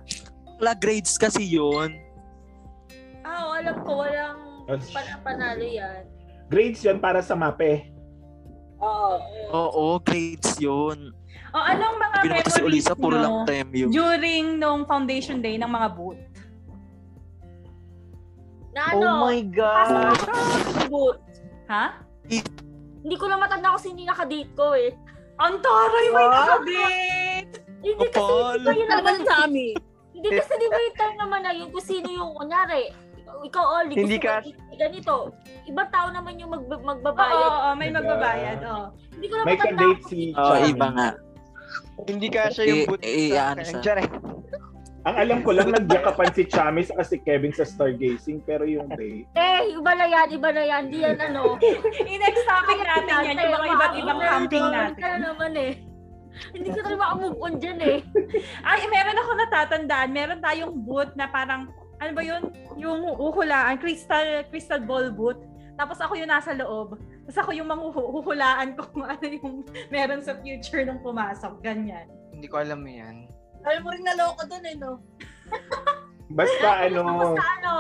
S2: Wala grades kasi yun.
S3: Ah, oo, alam ko, walang
S5: Ay.
S3: pan- panalo yan.
S5: Grades yun para sa mape.
S8: Oo.
S3: Oo.
S2: Oo, grades yun.
S1: O anong mga
S2: Sabi naman kasi
S1: memories
S2: Olisa, puro
S1: nyo
S2: lang premyo.
S1: during nung foundation day ng mga booth?
S3: Na
S5: Oh
S3: ano,
S4: God!
S3: boot.
S1: Ha?
S3: Hindi ko lang matanda kung sino yung nakadate ko eh.
S1: Ang taray may nakabit!
S3: Hindi kasi
S2: Kapal.
S3: di ba yun naman eh.
S8: Laban sa amin.
S3: Hindi kasi di ba yung time naman na yun kung sino yung kunyari. Ikaw, Oli,
S4: Hindi
S3: gusto
S4: ka-
S3: mo i- ganito. Ibang tao naman yung mag-
S1: Oo, oo,
S3: magbabayad.
S1: oo, may
S2: Diba?
S1: magbabayad. Oo.
S3: Hindi ko lang
S5: May
S3: matanda
S5: ka-date
S3: kung
S5: si
S2: Oo,
S5: Charmin.
S2: iba nga.
S4: Hindi ka siya yung
S2: I-
S4: buta.
S2: i- ano siya.
S4: Tiyari.
S5: Ang alam ko lang, nagyakapan si Chami sa si Kevin sa stargazing, pero yung day,
S3: Eh, iba na yan, iba na yan. Di yan ano.
S1: In-next topic natin yan, yung mga iba't ibang camping
S3: Hindi ka
S1: natin.
S3: na naman eh. Hindi ko talaga makamove on dyan eh.
S1: Ay, meron ako natatandaan. Meron tayong booth na parang, ano ba yun? Yung uhulaan, crystal, crystal ball booth. Tapos ako yung nasa loob. Tapos ako yung manghuhulaan kung ano yung meron sa future nung pumasok. Ganyan.
S4: Hindi ko alam yan.
S8: Alam mo rin naloko dun eh, no?
S5: basta ano,
S3: Basta ano,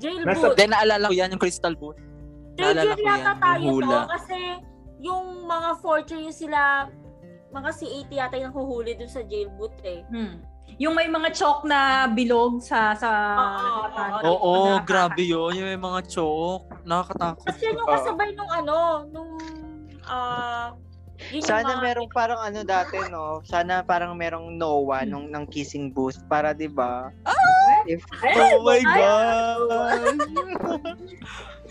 S3: jail
S5: Nasa
S3: boot.
S2: Then naalala ko yan, yung crystal booth.
S3: Third
S2: Naalala
S3: year
S2: ko
S3: yata
S2: yan,
S3: tayo
S2: yung hula.
S3: to kasi yung mga fortune yung sila mga C80 yata yung nahuhuli dun sa jail boot eh.
S1: Hmm. Yung may mga chalk na bilog sa sa ano
S3: Oo, oo,
S2: Oo, grabe yun. Yung may mga chok. Nakakatakot.
S3: Kasi yun yung kasabay nung ano, nung ah yun yung mga-
S4: Sana merong parang ano dati, no? Sana parang merong Noah nung ng kissing booth para, di ba? If,
S2: Oh my God!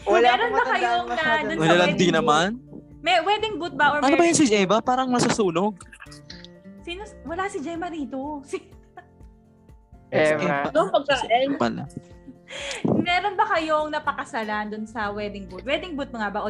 S4: wala
S1: Meron
S4: akong
S1: ba
S4: matandaan
S1: kayong na
S4: masyado.
S1: dun sa
S2: Wala lang
S1: wedding
S2: di naman.
S1: May wedding booth ba or
S2: Ano ba
S1: may-
S2: yun si Eva? Parang nasusunog.
S1: Sino wala si Gemma rito. Si-
S4: Emma.
S8: Doon pagkain.
S2: Pala.
S1: Meron ba kayong napakasalan dun sa wedding booth? Wedding booth nga ba o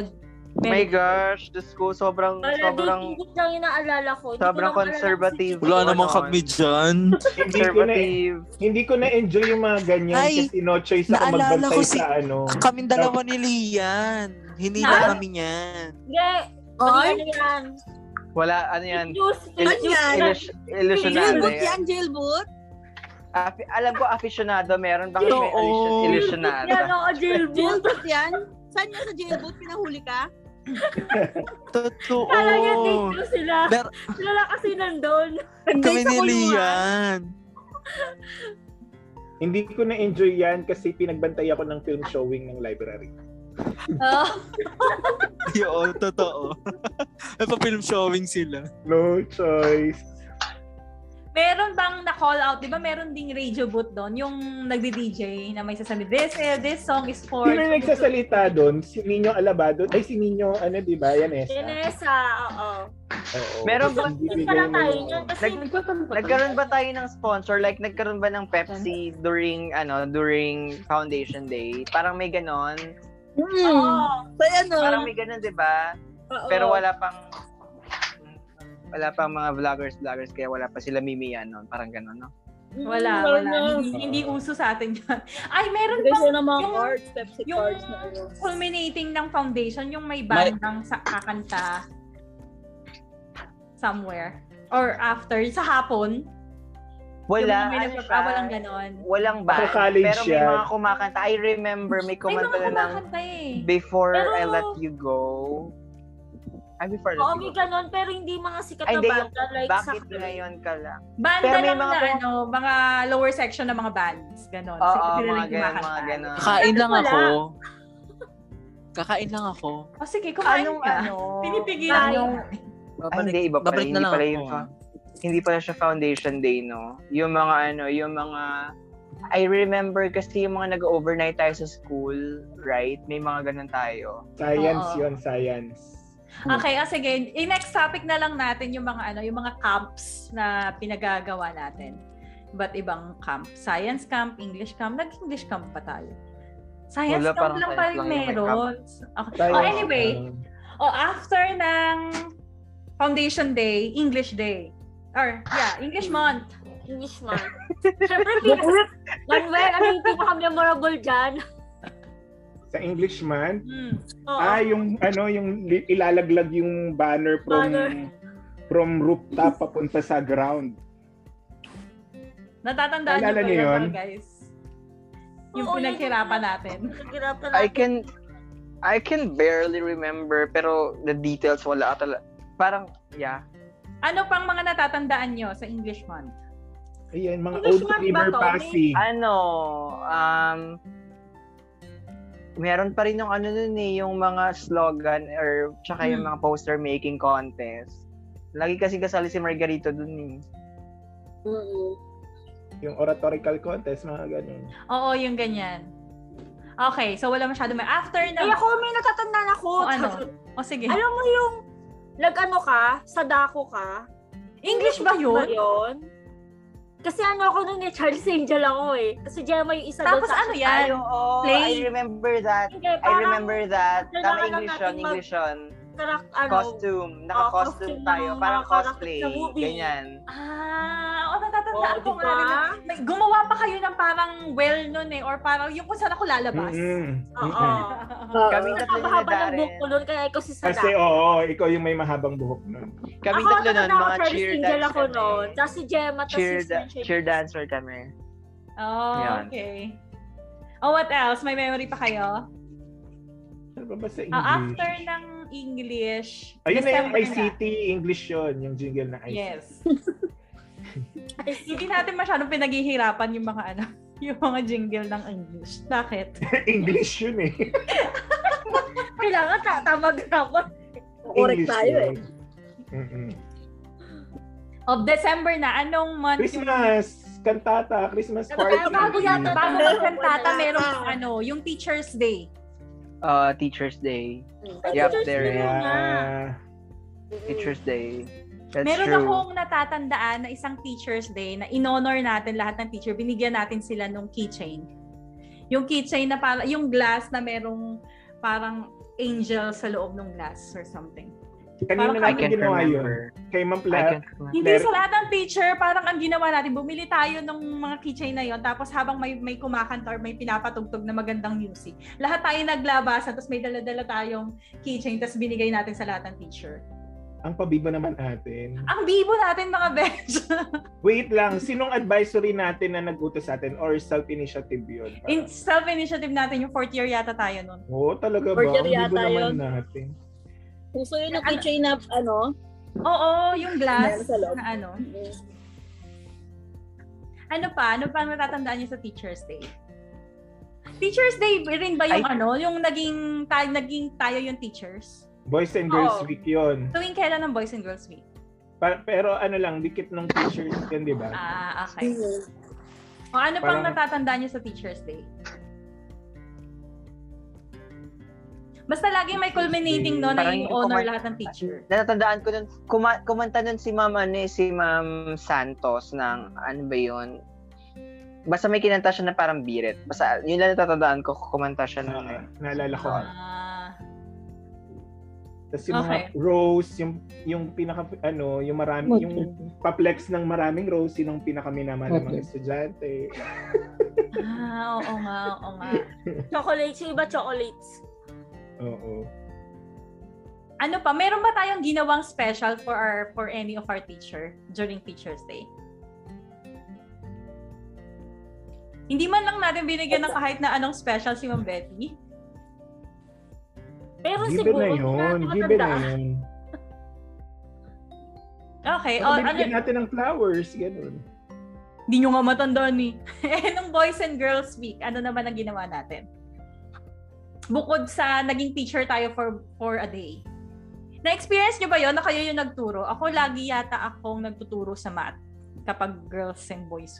S4: My gosh, Diyos ko, sobrang,
S3: Wala,
S4: sobrang,
S3: dating boot lang yung naalala ko. Hindi ko lang
S4: sobrang
S3: maalala kung
S4: conservative.
S2: Wala
S4: ano,
S2: namang kami dyan.
S5: hindi ko na
S4: Conservative.
S5: hindi ko na enjoy yung mga ganyan
S2: Ay,
S5: kasi no choice ako
S2: naalala
S5: magbantay
S2: ko si-
S5: sa ano.
S2: Kaming dalawa ni Lian.
S3: Ah?
S2: Hinila kami niyan.
S3: Hindi.
S8: Ay?
S3: Ano yan?
S4: Wala, ano yan?
S3: News,
S4: Ano
S8: yan?
S4: Illus- illusionado
S8: Jailboot
S4: yan.
S8: yan, jailboot.
S4: Afi- alam ko, aficionado meron. Bakit may
S2: Oo.
S4: illusion- illusionado?
S3: Yan o, jail boot.
S8: Jailboot yan. Saan yan sa jailboot? Pinahuli ka?
S2: Totoo.
S3: Kala niya date ko sila.
S2: Mer-
S3: Sila lang kasi nandun.
S2: Kami
S8: Nandito
S2: ni
S8: ko yun.
S2: Lian.
S5: Hindi ko na enjoy yan kasi pinagbantay ako ng film showing ng library.
S1: Oh,
S2: Oo, totoo. May pa-film showing sila.
S5: No choice.
S1: meron bang na-call out? Di ba meron ding radio booth doon? Yung nagdi-DJ na may sasabi, this, eh, this song is for...
S5: Sino yung nagsasalita doon? Si Nino Alabado? Ay, si Nino, ano, di ba? Yan, Esa.
S3: Inesa, oo.
S5: Oo.
S4: Meron ba-
S5: Hindi
S3: Hindi lang
S5: bigay
S3: tayo
S5: ng-
S3: niyan kasi
S4: Nag- Nagkaroon ba tayo ng sponsor? Like, nagkaroon ba ng Pepsi during, ano, during Foundation Day? Parang may ganon.
S8: Hmm. Kaya no.
S4: Parang may ganon, di ba?
S8: Oo.
S4: Pero wala pang, wala pang mga vloggers, vloggers, kaya wala pa sila mimiyan noon. Parang ganon, no?
S8: Mm,
S1: Wala,
S8: parang
S1: wala.
S8: na-
S1: Hindi, hindi uso sa atin yan. Ay, meron
S8: Guys,
S1: bang
S8: yun ang mga
S1: yung-
S8: cards, Pepsi
S1: yung
S8: cards na ano.
S1: culminating ng foundation, yung may bandang sa kakanta somewhere? Or after, sa hapon?
S4: Wala.
S1: Yung may
S4: ano
S1: nagpapa-
S4: siya?
S1: ah, walang ganon.
S4: Walang band.
S5: Ako college
S4: Pero may
S5: yan.
S4: mga kumakanta. I remember,
S1: May
S4: may
S1: mga eh.
S4: kumanta na ng
S1: kumakanta eh.
S4: Before I
S1: Pero-
S4: Let You Go. Ay, before that.
S3: Oo, may
S4: siguro.
S3: ganun, pero hindi mga sikat na
S4: Ay, hindi, yung
S3: banda. Like,
S4: bakit
S3: sakto.
S4: ngayon ka lang?
S1: Banda
S4: Pero may
S1: lang
S4: mga
S1: na
S4: pum-
S1: ano, mga lower section ng mga bands. Ganon.
S4: Oo,
S1: Sila- sila
S4: mga
S1: lang
S4: ganun,
S1: kumakanta.
S4: mga ganun.
S2: Kakain lang
S3: Wala.
S2: ako. Kakain lang ako.
S1: O sige, kumain
S4: Anong
S1: ka.
S4: ano?
S1: Pinipigilan
S4: Anong,
S1: mo.
S4: Ay, Ah, hindi, iba pala.
S2: babalik
S4: Hindi
S2: na lang
S4: pala
S2: ako. ah.
S4: yun. fa- Hindi pala siya foundation day, no? Yung mga ano, yung mga... I remember kasi yung mga nag-overnight tayo sa school, right? May mga ganun tayo.
S5: Science
S1: Oo.
S5: yun, science.
S1: Okay, ah, sige. Yung next topic na lang natin yung mga ano, yung mga camps na pinagagawa natin. Iba't ibang camp. Science camp, English camp. Nag-English camp pa tayo. Science
S4: Wala,
S1: camp
S4: parang
S1: lang
S4: science
S1: pa rin
S4: lang yung may
S1: meron. Okay.
S5: Science,
S1: Oh, anyway,
S5: ano,
S1: oh, after ng Foundation Day, English Day. Or, yeah, English Month.
S3: English man. Siyempre, pinaka- Manuel, ano yung pinaka-memorable dyan?
S5: sa Englishman,
S1: Hmm.
S3: Oo.
S5: Ah, yung ano, yung li- ilalaglag yung banner from
S3: Banner.
S5: from rooftop papunta sa ground.
S1: Natatandaan niyo
S5: Naalala
S1: ba
S5: niyo
S1: yun,
S5: yun?
S1: mga guys? Yung
S3: Oo, yun
S1: pinaghirapan
S3: yung-
S1: natin.
S3: Naghirapan
S4: I
S3: natin.
S4: can... I can barely remember, pero the details wala talaga. Parang, yeah.
S1: Ano pang mga natatandaan nyo sa English Month?
S5: Ayan, mga old
S3: Englishman ba
S5: river
S3: to?
S5: passy.
S4: ano, um, meron pa rin yung ano nun eh, yung mga slogan or tsaka
S2: Hmm.
S4: yung mga poster making contest. Lagi kasi kasali si Margarito dun eh.
S8: Oo.
S5: Yung oratorical contest, mga ganun.
S1: Oo, yung ganyan. Okay, so wala masyado may after na.
S3: Ay, ako, may natatandaan ako.
S1: O ano? O sige.
S3: Alam mo yung nag-ano ka, sa dako ka.
S1: English ba
S3: Ba
S1: yun?
S3: yun? Kasi ano ako nun eh, Charles Angel ako eh. Kasi Gemma yung isa
S1: Tapos
S3: doon sa
S1: ano yan?
S4: oo,
S1: Play.
S4: I remember that.
S3: Hindi,
S4: I
S3: parang
S4: remember that.
S3: kailangan
S4: Tama
S3: lang
S4: English yun,
S3: natin mag-
S4: English yun.
S3: karak- ano,
S4: Costume.
S3: costume
S4: Naka-costume
S3: ng
S4: tayo.
S3: mga
S4: Parang
S3: character
S4: cosplay.
S3: sa movie.
S4: Ganyan.
S1: Ah, o natatandaan
S3: Oo,
S1: ko
S3: di
S1: nga
S3: ba?
S1: rin. na- May, gumawa pa kayo ng parang well nun eh, or parang yung kung saan ako lalabas.
S5: Mm-mm.
S3: Oo.
S5: Mm-mm.
S4: Kaming tatlo ni
S3: Napakahaba ng
S4: Darren.
S3: buhok ko nun, kaya ikaw si Sada.
S5: Kasi oo, ikaw yung may mahabang buhok na.
S4: Kaming tatlo nun,
S3: tatanda ako,
S4: mga
S3: Charles
S4: cheer
S3: Angel
S4: dance
S3: ako nun.
S4: kami.
S3: Tapos si Gemma, tapos
S4: Cheer,
S3: si
S4: da-
S3: Sunshine.
S4: cheer dancer kami.
S1: Oh,
S4: Yan.
S1: okay. Oh, what else? May memory pa kayo?
S5: Ano ba ba sa
S1: Ah,
S5: English?
S1: after ng English.
S5: Ayun na yung
S1: December
S5: ICT English yun, yung jingle na ICT.
S1: Yes. Hindi natin masyadong pinaghihirapan yung mga ano, yung mga jingle ng English. Bakit?
S5: English yun eh.
S3: Kailangan tatamag ako. Correct
S5: English
S3: tayo eh.
S5: Mm-mm.
S1: Of December na, anong month?
S5: Christmas! Kantata, Christmas
S3: Ano ba,
S5: party.
S3: bago yata
S1: Bago magkantata, meron yung ano, yung Teacher's Day.
S4: Uh, Teacher's Day.
S3: Ay,
S4: Yup,
S3: Teacher's
S4: there
S3: Day
S4: it is.
S3: na.
S5: Yeah.
S4: Teacher's Day. That's
S1: meron
S4: true.
S1: akong natatandaan na isang Teacher's Day na in-honor natin lahat ng teacher. Binigyan natin sila nung keychain. Yung keychain na parang, yung glass na merong parang angel sa loob ng glass or something.
S5: Kanina
S1: Parang
S4: I
S5: natin Ano
S4: can't
S5: ginawa yun.
S4: remember.
S5: Kay Ma'am
S4: I
S5: Pla-
S4: can't remember.
S1: Hindi
S5: Meron-
S1: sa lahat ng teacher, parang ang ginawa natin, bumili tayo ng mga keychain na yon tapos habang may, may kumakanta or may pinapatugtog na magandang music, lahat tayo naglabasan, tapos may dala-dala tayong keychain, tapos binigay natin sa lahat ng teacher.
S5: Ang pabibo naman atin.
S1: Ang bibo natin mga bench.
S5: Wait lang, sinong advisory natin na nag-utos sa atin or self-initiative yun?
S1: In self-initiative natin, yung fourth year yata tayo nun.
S5: Oo, talaga ba?
S8: Or
S5: Ang
S8: yun
S5: bibo
S8: yata
S5: naman
S8: yun.
S5: natin.
S8: Gusto yun yung keychain na ano?
S1: Oo, yung glass
S8: Meron sa loob.
S1: na ano. Ano pa? Ano pang natatandaan niyo sa Teacher's Day? Teacher's Day rin ba yung
S4: I-
S1: ano? Yung naging, tayo, naging tayo yung teachers?
S5: Boys and Girls
S3: Oo.
S5: Week yun.
S1: Tuwing kailan ng Boys and Girls Week?
S5: Pa- pero ano lang, dikit ng teachers yun, di ba?
S1: Ah, okay. O ano pang
S5: Parang-
S1: natatandaan niyo sa Teacher's Day? Basta laging may culminating no na
S4: Parang
S1: yung
S4: yung
S1: honor
S4: kumain-
S1: lahat ng teacher.
S4: Natatandaan ko nun, kuma- kumanta nun si Ma'am, ano, eh, si Ma'am Santos ng, ano ba yun? Basta may kinanta siya na parang birit. Basta yun lang natatandaan ko, kumanta siya nun eh.
S5: Na, naalala ko.
S1: Ah,
S5: Tapos yung mga
S1: Okay.
S5: rose, yung, yung pinaka, ano, yung marami,
S2: Motley.
S5: yung paplex ng maraming rose, yun ang pinakaminama ng mga
S2: Motley.
S5: estudyante.
S1: ah, oo nga, oo nga.
S3: Chocolates, yung iba chocolates.
S5: Oo.
S1: Ano pa? Meron ba tayong ginawang special for our for any of our teacher during Teacher's Day? Hindi man lang natin binigyan ng kahit na anong special si Ma'am Betty.
S3: Pero
S5: Given
S3: siguro,
S5: na
S3: hindi
S5: yun,
S3: natin
S5: given na
S3: matandaan.
S5: yun.
S1: Okay.
S5: Baka
S1: Oh, ano,
S5: bibigyan natin ng flowers, ganun.
S1: di nyo nga matanda ni. Eh, nung Boys and Girls Week, ano naman ang ginawa natin? Bukod sa naging teacher tayo for for a day. Na-experience nyo ba yon na kayo yung nagturo? Ako lagi yata akong nagtuturo sa math kapag girls and boys.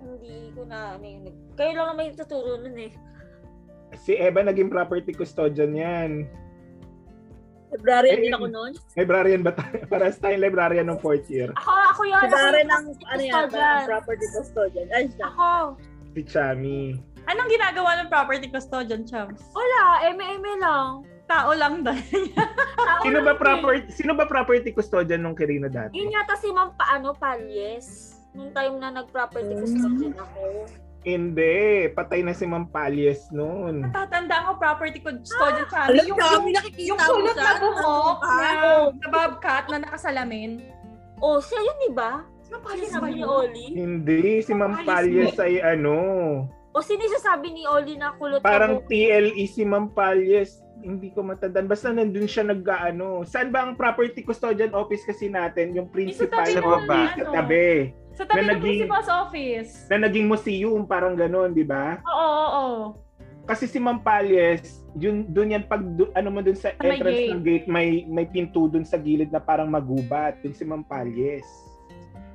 S3: Hindi ko na, ano yun. Kayo lang naman yung tuturo nun eh.
S5: Si Eva naging property custodian yan.
S8: Librarian
S5: Eh,
S8: din
S5: yun.
S8: ako noon.
S5: Librarian ba tayo? Para sa tayong librarian ng fourth year.
S1: Ako, ako yun. Ako
S8: Librarian
S1: yung
S8: ng ano yan,
S3: custodian.
S8: parang property custodian. Ay, siya.
S1: Ako.
S5: Si Chami.
S1: Anong ginagawa ng property custodian, Chums?
S3: Wala, eme-eme lang.
S1: Tao lang doon.
S3: Tao
S5: Sino ba
S1: eh.
S3: lang
S5: property sino ba property custodian nung Kirino dati?
S3: eh. Yun yata si Ma'am Paano Palyes. Nung time na nag-property
S5: Hmm.
S3: custodian ako.
S5: Hindi, patay na si Ma'am Palyes noon.
S1: Tatanda ko property custodian siya.
S8: Ah, Alam
S1: Yung,
S8: ka,
S1: yung,
S8: may nakikita
S1: yung
S8: ako
S1: kulot na
S8: dyan.
S1: buhok
S8: Ano
S1: na,
S8: ba?
S1: na bobcat na nakasalamin.
S3: Oh, siya yun, di ba?
S1: Napalis ba
S3: Sinasabi ni
S1: yun?
S3: Oli.
S5: Hindi, si Ma'am
S1: Palyes
S5: Palyes ay ano,
S3: O sinisasabi ni Oli na kulot
S5: parang
S3: na
S5: TLE si Ma'am Palyes. Hindi ko matandaan. Basta nandun siya nag-ano. Saan ba ang property custodian office kasi natin? Yung principal
S1: tabi
S5: na
S4: ng
S5: baba,
S1: ano.
S5: sa tabi.
S1: Sa tabi
S5: Na
S1: ng
S5: naging-
S1: principal's office.
S5: Na naging museum, parang ganun, di ba?
S1: Oo, oo, oo.
S5: kasi si Ma'am Palyes, yun doon yan pag du- ano mo doon sa
S1: Sa may
S5: entrance
S1: gate.
S5: ng gate may may pinto doon sa gilid na parang magubat, doon si Ma'am Palyes.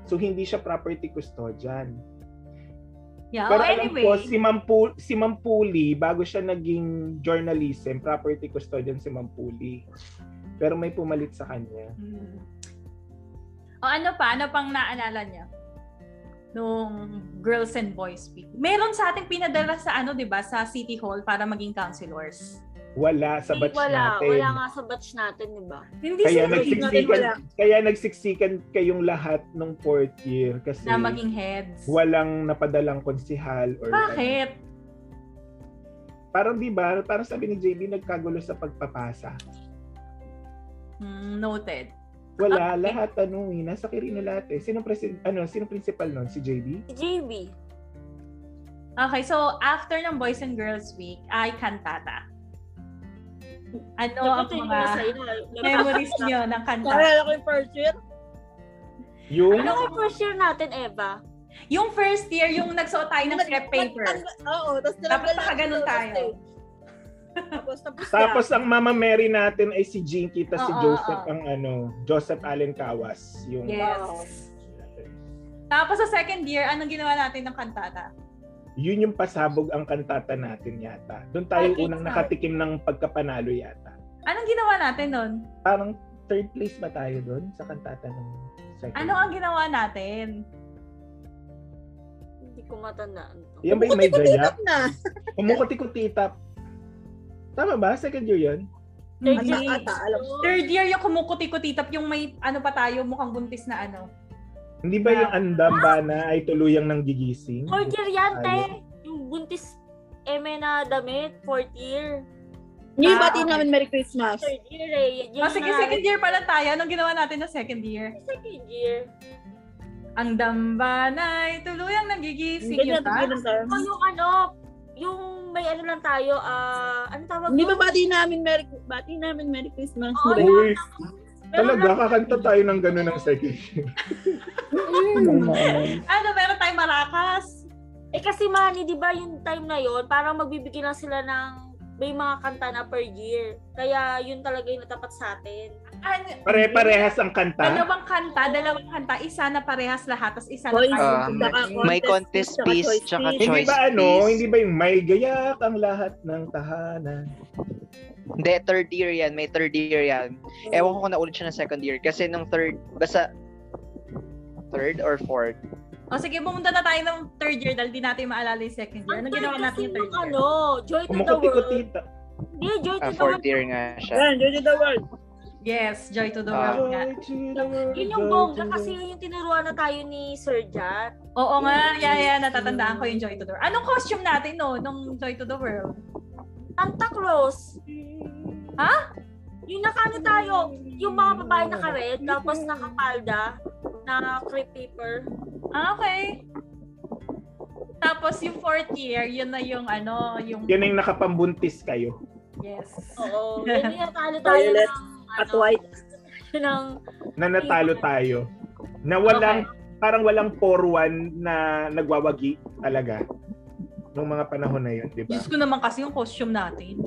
S5: So hindi siya property custodian.
S1: Yeah,
S5: Pero
S1: oh,
S5: alam
S1: anyway.
S5: ko si Ma'am Pu- si Ma'am Puli bago siya naging journalism, property custodian si Ma'am Puli. Pero may pumalit sa kanya.
S1: Hmm. O ano pa? Ano pang naalala niya? Nung Girls and Boys Week. Meron sa ating pinadala sa ano, di ba? Sa City Hall para maging counselors.
S5: Wala sa batch
S3: wala,
S5: natin.
S3: wala nga sa batch natin, di ba?
S1: Hindi
S5: Kaya
S1: sila
S8: nagsi-
S5: nagsiksikan,
S8: wala.
S5: kaya nagsiksikan kayong lahat ng fourth year kasi
S1: na maging heads.
S5: walang napadalang konsihal or
S1: Bakit?
S5: Parang di ba, parang sabi ni JB, nagkagulo sa pagpapasa.
S1: Hmm, noted. Okay.
S5: Wala, lahat ano, eh, nasa Kirino lahat eh. Sino, presid- ano, sino principal nun? Si JB?
S3: Si JB.
S1: Okay, so after ng Boys and Girls Week ay kantata. Ano ang
S3: Dapat yung nasa
S1: mga
S3: iyo.
S1: memories niyo ng kantata?
S8: Naalala ko yung first year.
S5: Yung?
S3: Ano ang first year natin, Eva?
S1: Yung first year, yung nagsuot tayo ng
S8: Nag-
S1: crepe paper.
S8: nag- Oo, tapos
S1: Dapat
S8: nilabal
S1: nakaganon
S8: natin
S1: tayo.
S8: sa stage. Tapos tapos na.
S5: Tapos ang Mama Mary natin ay si Jinky, tapos si
S1: Oo,
S5: Joseph
S1: oo.
S5: ang ano, Joseph Allen Kawas. Yung
S1: Yes. Tapos sa second year, anong ginawa natin ng kantata?
S5: Yun yung pasabog ang kantata natin yata. Doon tayo
S1: Ay,
S5: unang
S1: sorry.
S5: nakatikim ng pagkapanalo yata.
S1: Anong ginawa natin nun?
S5: Parang third place ba tayo doon sa kantata ng second?
S1: Ano ang ginawa natin?
S3: Hindi ko matandaan to.
S5: Yan ba yung may
S8: Kumukutikot
S5: gaya?
S8: na.
S5: Kumukutikutitap. Tama ba? Second year yun?
S1: Third
S8: Ata,
S1: year,
S8: ata, alam ko.
S1: Ano third year yung kumukutikutitap, yung may ano pa tayo, mukhang buntis na ano.
S5: Hindi ba yung andam ba na ay tuluyang nang gigising?
S3: Fourth year yan, te. Yung buntis eme na damit, fourth year.
S8: Yung
S1: Ah,
S8: bati
S1: okay.
S8: namin Merry Christmas.
S3: Third year eh. Yun
S1: Oh,
S3: yung
S1: sige,
S3: nangyari.
S1: second year pala tayo. Anong ginawa natin ng second year?
S3: Second year.
S1: Ang dambanay, tuluyang nagigising
S8: Hindi
S1: yun
S8: natin
S1: ba?
S8: ganun term.
S3: O yung ano, yung may ano lang tayo, ah, ano tawag
S8: Di ba
S3: doon?
S8: bati namin Merry bati namin Merry Christmas.
S3: Oo,
S8: Di ba?
S5: Uy,
S3: Meron lang-
S5: talaga, kakanta tayo ng gano'n ng second year.
S1: Ano, meron tayong maracas.
S3: Eh kasi Manny, di ba yung time na yon parang magbibigay lang sila ng may mga kanta na per year. Kaya yun talaga yung natapat sa atin.
S1: Ano,
S5: Pare-parehas ang
S4: ah.
S5: kanta.
S1: Dalawang kanta, dalawang kanta, isa na parehas lahat, tapos isa na
S8: Boys,
S1: tayo.
S4: Ah,
S8: tsaka
S4: may contest
S8: tsaka
S4: piece,
S8: choice
S4: tsaka
S5: Hindi
S8: piece.
S4: choice
S5: ba ano,
S4: piece.
S5: hindi ba yung may gayak ang lahat ng tahanan?
S3: Ano
S4: Hindi, third year yan. May third year yan. Ewan ko kung naulit siya ng second year. Kasi nung third, basta third or fourth.
S1: O sige, pumunta na tayo ng third year dahil di natin maalala yung second year. Anong
S3: Ang
S1: ginawa
S3: time
S1: natin
S3: kasi
S1: yung third
S3: nung
S1: year?
S3: Ano, Joy to the World.
S5: Kumukutikutita.
S3: Hindi, Joy to
S4: Ah,
S3: the
S4: fourth
S3: World.
S4: year nga siya.
S8: Yan, Jojo the World.
S1: Yes, Joy to the
S4: Ah.
S1: World nga.
S3: Yun yung bongga kasi yun yung tinuruan na tayo ni Sir Jan.
S1: Oo nga, yeah, yeah, natatandaan ko yung Joy to the World. Anong costume natin, no, nung Joy to the World?
S3: Santa Claus. Ha? Yung nakano tayo, yung mga babae naka-red, tapos nakapalda, na crepe paper.
S1: Ah, okay. Tapos yung fourth year, yun na yung ano, yung...
S5: Yan yung nakapambuntis kayo.
S1: Yes.
S3: Oo, yun yung natalo tayo
S8: Violet
S3: ng
S8: At
S3: ano,
S8: white.
S3: ng
S5: na natalo tayo. Na walang, parang walang 4-1 na nagwawagi talaga. Nung mga panahon na yun, di ba?
S1: Diyos ko naman kasi yung costume natin.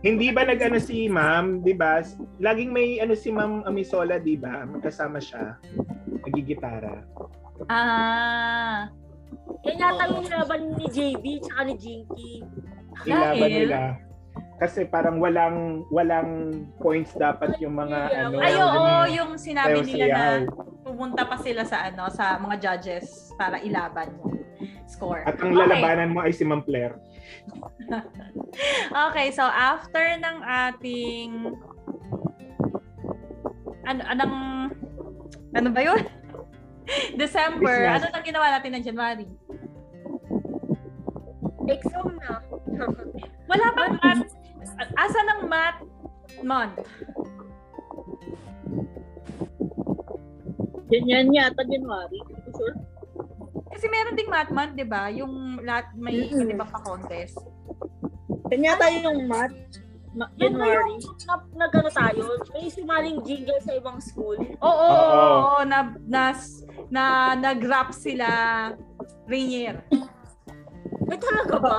S5: Hindi ba nag-ano si ma'am, di ba? Laging may ano si ma'am Amisola, di ba? Magkasama siya. Nagigitara.
S1: Ah,
S3: Yan yata yung nilaban ni JB tsaka ni Jinky.
S5: Nilaban
S1: Dahil-
S5: nila. Kasi parang walang walang points dapat yung mga ano.
S1: ay oo,
S5: mga
S1: yung sinabi nila na
S5: sayaw-sayaw.
S1: pumunta pa sila sa ano sa mga judges para ilaban yung score.
S5: At ang
S1: Okay.
S5: lalabanan mo ay si Ma'am Claire.
S1: Okay, so after ng ating ano anong ano ba 'yun? December.
S5: Business.
S1: Ano nang ginawa natin ng January?
S3: Exam na.
S1: Wala pang math. Asa ng math month?
S8: Yan yan yata January. Hindi ko Sure.
S1: Kasi meron ding math month, 'di ba? Yung lahat may
S8: Mm-mm.
S1: iba't ibang pa contest.
S8: Yan yata yung math. Ma-
S3: Yan ba
S8: January.
S3: yung na, na gano tayo? May sumaling jingle sa ibang school.
S1: Oo, oo,
S5: Oo.
S1: oo, oo, na, na, na nag-rap sila Rainier.
S3: May talaga ba?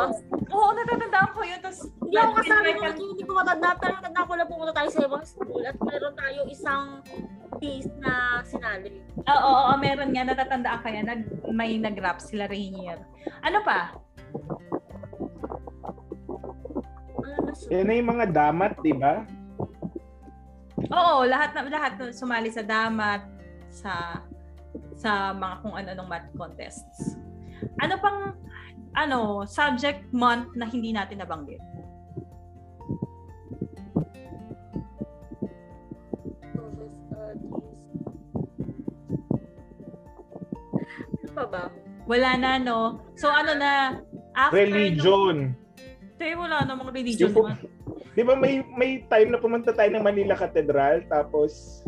S1: Oo, natatandaan ko yun. Tapos,
S3: Hindi ako kasama nun. Hindi ko matanda. Pero tanda ko lang pumunta tayo sa ibang school. At meron tayong isang piece na sinali.
S1: Oo, oo, oo, meron nga. Natatandaan ko yan. Nag, may nag-rap sila Rainier. Ano pa?
S3: Ano na siya?
S5: Yan na yung mga damat, di ba?
S1: Oo, lahat na lahat na sumali sa damat sa sa mga kung ano-anong math contests. Ano pang ano subject month na hindi natin nabanggit?
S3: Social studies. Ano pa ba?
S1: Wala na no. So ano na after nung-
S5: Religion.
S1: Tayo wala na mga ano? religion.
S5: Yung pu- di ba may, may time na pumunta tayo ng Manila Cathedral tapos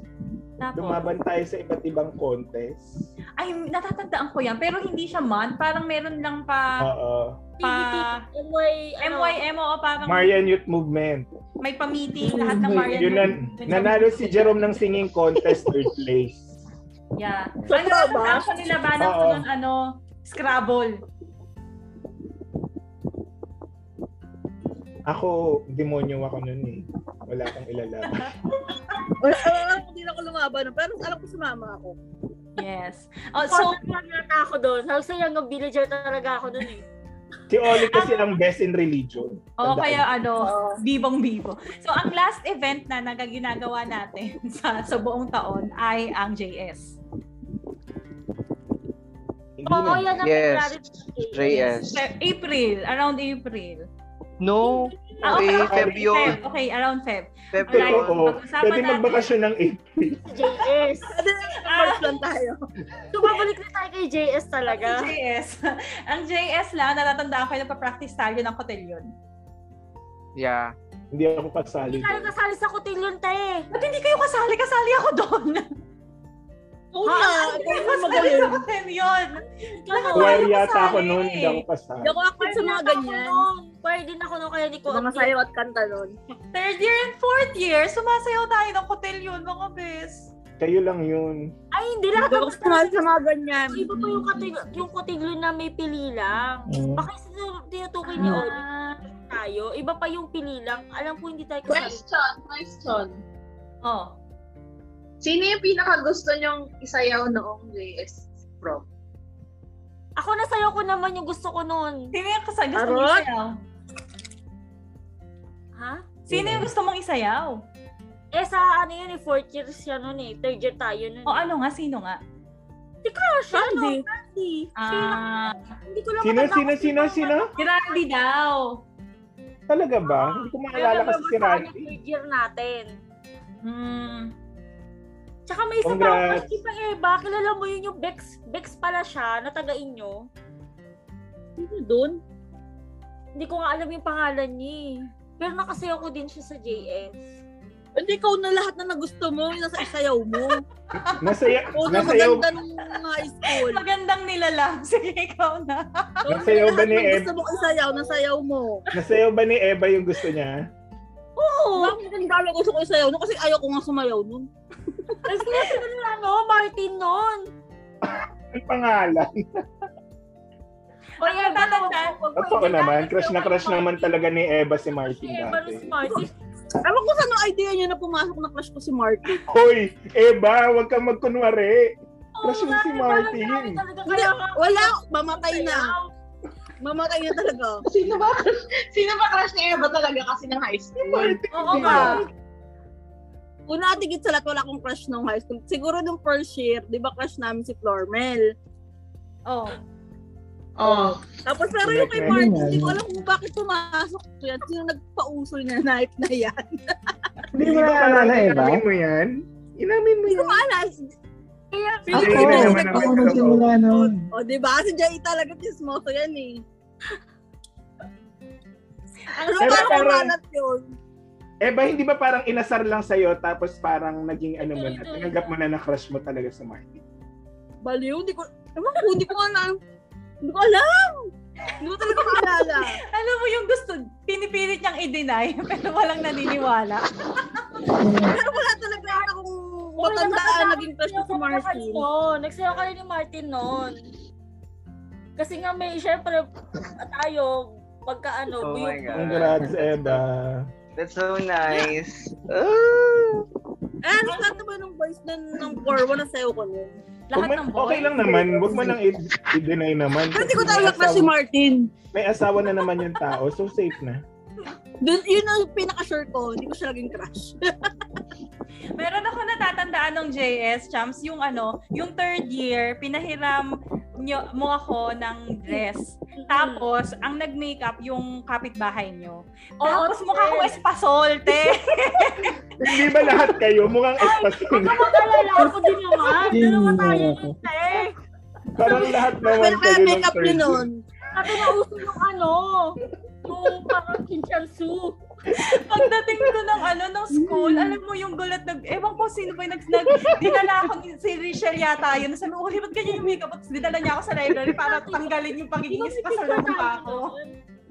S1: Tapos,
S5: lumaban tayo sa iba't ibang contest.
S1: ay natatandaan ko yan pero hindi siya month, parang meron lang pa
S5: Oo.
S1: pa
S3: MY, ano,
S1: MYM o parang
S5: Marian Youth Movement.
S1: may pamiting lahat ng Marian.
S5: Yun na,
S1: Yun sa-
S5: nanalo si Jerome ng singing contest third place.
S1: Yeah.
S8: So,
S1: ano
S8: tama ba?
S1: ang nilabanan ko
S5: Oo.
S1: ng ano, Scrabble.
S5: Ako, demonyo ako nun eh. Wala kang ilalaban.
S8: Wala, wala, hindi na ako lumaban. Pero alam ko sumama ako.
S1: Yes. Oh,
S3: so,
S1: so,
S3: yata ako doon. Sa young of villager talaga ako doon eh.
S5: Si Oli kasi ang best in religion.
S1: oh,
S5: Tandaan.
S1: kaya ano,
S8: Oo.
S1: bibong-bibo. So, ang last event na nagaginagawa natin sa, sa buong taon ay ang JS.
S5: Hindi
S3: Oo,
S5: na.
S3: yan ang
S4: Yes.
S3: nangyari sa akin.
S4: Reyes.
S1: Fe- April, around April.
S4: No,
S1: Ah, okay,
S4: Eh,
S1: okay,
S4: Feb yun.
S1: Feb. Okay, around Feb.
S4: Feb
S1: Alright.
S4: yun.
S5: Totoo.
S1: Pag-usapan
S5: Pwede
S1: natin.
S5: magbakasyon ng April.
S3: Si JS.
S1: Ah,
S8: Plan tayo.
S3: So, babalik na tayo kay JS
S1: ang
S3: talaga.
S1: JS. ang JS lang, natatandaan ko yung nagpa-practice tayo ng kotelyon.
S4: Yeah.
S5: Hindi ako
S3: Hindi
S5: kasali.
S3: tayo
S5: doon.
S3: kasali sa kutilyon tayo eh.
S1: Ba't hindi kayo kasali? Kasali ako doon.
S8: Oo nga.
S1: Kasali
S8: Ako magaling.
S1: sa kotelyon. Lahat tayo
S5: Kuwari Ano yata
S1: kasali
S5: ako noon,
S1: eh.
S5: hindi ako kasali.
S8: Hindi ako akit sa mga ganyan.
S3: Pwede din ako nung kaya ni Kuya.
S8: Mga sayo at kanta nun.
S1: Third year and fourth year, sumasayaw tayo ng kotelyon, mga bes.
S5: Kayo lang yun.
S3: Ay, hindi lahat
S8: Hindi ako
S3: ng
S8: sumali sa mga ganyan.
S3: Ay, Iba pa yung kutilyon, yung kutilyon na may pili lang.
S5: Mm.
S3: Baka sinu- tinutukoy ni Oli tayo. Iba pa yung pili lang. Alam ko hindi tayo kasali.
S6: Question, question.
S1: Oh.
S6: Sino yung pinaka gusto niyong isayaw noong JS prom?
S3: Ako nasayaw ko naman yung gusto ko noon.
S1: Sino yung kasal? Gusto mong
S8: Arot?
S1: isayaw?
S3: Ha?
S1: Sino yung gusto mong isayaw?
S3: Eh sa ano yun eh, fourth year siya noon eh. Third year tayo noon.
S1: O ano nga? Sino nga?
S3: ano siya? Ano?
S1: Randy.
S3: Randy. Sino-
S1: Ah,
S3: Hindi ko lang
S5: Sino,
S3: matanda
S5: sino,
S3: kung
S5: sino,
S3: sino-
S5: sino?
S1: si Randy daw.
S5: Talaga ba? Hindi ko maalala
S3: Yung
S5: kasi si
S3: number one
S5: Randy.
S3: yung Third year natin.
S1: Hmm.
S3: Tsaka may isa pa
S5: Congrats.
S3: ako si Eva, kilala mo yun yung Bex, Bex pala siya, na taga inyo.
S8: Sino Ano dun?
S3: Hindi ko nga alam yung pangalan niya eh. Pero nakasayaw ko din siya sa JS.
S8: Hindi ikaw na lahat na nagusto mo, yung nasa isayaw mo.
S5: Nasaya,
S8: Oo, na
S5: nasayaw,
S8: maganda nung high school.
S1: Magandang nilalang. Sige, ikaw na.
S5: Nasayaw ba ni
S8: Lahat ng
S5: Ed?
S8: Gusto mong isayaw, nasayaw mo.
S5: nasayaw ba ni Eva yung gusto niya?
S3: Oo!
S8: Bakit? Ang dami gusto ko sayaw nun kasi ayaw ko nga sumayaw nun.
S3: Kasi ano ano, Martin nun.
S5: Ang pangalan.
S3: O yan, tatanda.
S5: Totoo naman. Crush na crush naman talaga ni Eva si Martin
S3: Eva Rose
S5: dati.
S3: Martin.
S8: Ewan ko sa anong idea niya na pumasok na crush ko si Martin.
S5: Hoy, Eva, huwag kang magkunwari. Crush
S3: Oo,
S5: mo si
S3: dati
S5: Martin.
S3: parang dami talaga
S8: Hindi,
S3: kaya ka-
S8: wala. Mamatay na. Mamatay na talaga.
S6: Sino ba, sino ba crush ni Eva talaga kasi ng high school?
S3: Oo nga.
S8: Una at higit sa lahat, wala akong crush nung high school. Siguro nung first year, di ba crush namin si Flormel.
S3: Oo.
S6: Oh.
S8: Tapos pero yung kay Martin, hindi ko alam kung bakit pumasok ko yan. Sino nagpauso niya na na yan?
S5: Hindi mo naalala, Eva? Inamin mo yan? Inamin mo
S8: Hindi ko
S5: yan?
S8: maalala.
S5: Ako,
S8: Hindi ko
S5: naman
S8: alam.
S5: ako nagsimula
S2: nun.
S8: O, di ba? Kasi Jai talaga chismoso yan eh. Ano
S5: Pero
S8: parang
S5: parang-
S8: kumalat yun?
S5: Eva, hindi ba parang inasar lang sa'yo tapos parang naging ano mo na,
S3: Ito, ito,
S5: tinanggap mo na na crush mo talaga si Martin?
S8: Baliw, hindi ko, ewan ko, hindi ko nga na, hindi ko alam. Hindi ko talaga maalala.
S1: Alam mo yung gusto, pinipilit niyang i-deny pero walang naniniwala.
S8: Pero wala talaga yun akong matandaan naging crush ko sa Martin.
S3: Oo, nagsayaw kayo ni Martin noon. Kasi nga may, syempre, tayo, pagka ano,
S4: Oh my
S3: yung-
S4: God.
S5: Congrats, Eva.
S4: That's so nice. Oh.
S8: Eh, ano lahat naman ng boys na ng core, wala sayo ko nun.
S5: Huwag
S1: Lahat
S5: mo-
S1: ng boy.
S5: okay lang naman. Huwag mo nang i- i-deny naman.
S8: Pero hindi
S5: Kasi may
S8: ko talaga crush si
S5: asawa-
S8: Martin.
S5: May asawa na naman yung tao, so safe na.
S8: Dun, yun ang pinaka-sure ko, hindi ko siya naging crush.
S1: Meron ako natatandaan ng JS, Champs, yung ano, yung third year, pinahiram nyo, mo ako ng dress.
S3: Mm-hmm.
S1: Tapos, ang nag-makeup yung kapitbahay nyo.
S3: Oo,
S1: Tapos,
S3: yes.
S1: mukha ko espasol, te.
S5: Hindi ba lahat kayo mukhang espasyon?
S3: Magalala ako din naman. Dalawa tayo eh. yun, te.
S5: parang lahat naman
S8: Pero
S5: kayo
S8: kaya
S5: ng
S8: make-up
S5: third
S8: niyo
S5: year.
S8: nun.
S3: At nauso yung ano, yung parang kinchansu.
S1: Pagdating ko ng ano, ng school,
S3: Mm-hmm.
S1: alam mo yung gulat, nag, ewan ko sino ba yung nag, nag dinala ako ni, si Richelle yata yun. Sabi ko, uy, ba't ganyan yung makeup? Tapos dinala niya ako sa library para tanggalin yung pagiging espasol ng mukha ko.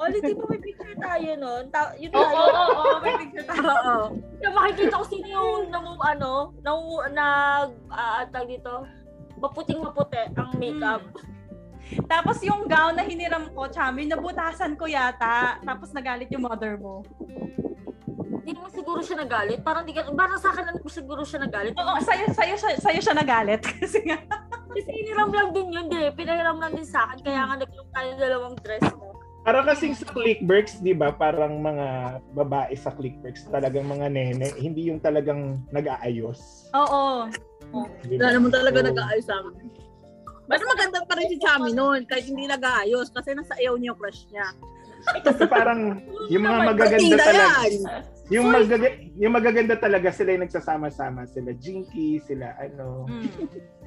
S3: Oli, di ba may picture tayo nun? Ta- yun
S1: Oo,
S3: tayo.
S1: oo, oo, may picture tayo.
S8: Oo.
S3: Na makikita ko sino yung namu, ano, namu, nag, ah, tag dito, maputing maputi ang makeup.
S1: Hmm. Tapos yung gown na hiniram ko, Chami, nabutasan ko yata. Tapos nagalit yung mother mo.
S3: Hindi naman siguro siya nagalit. Parang di ka, parang sa akin lang siguro siya nagalit.
S1: Oo, sayo, sayo, sayo, sayo siya nagalit. Kasi nga,
S3: Kasi hiniram lang din yun, di. Pinahiram lang din sa akin. Kaya nga nag-look tayo ng dalawang dress mo.
S5: Parang kasing sa clickworks, di ba? Parang mga babae sa clickworks, talagang mga nene, hindi yung talagang nag-aayos.
S1: oo.
S5: Di
S8: Wala
S5: ba?
S8: naman talaga
S5: So,
S8: nag-aayos sa akin. Basta maganda pa rin si Chami noon, kahit hindi nag-aayos, kasi nasa ayaw niya yung crush niya.
S5: Kasi parang yung mga magaganda
S8: Maganda
S5: talaga.
S8: yan!
S5: Yung, magaga- yung magaganda talaga sila yung nagsasama-sama. Sila Jinky, sila ano.
S1: Mm.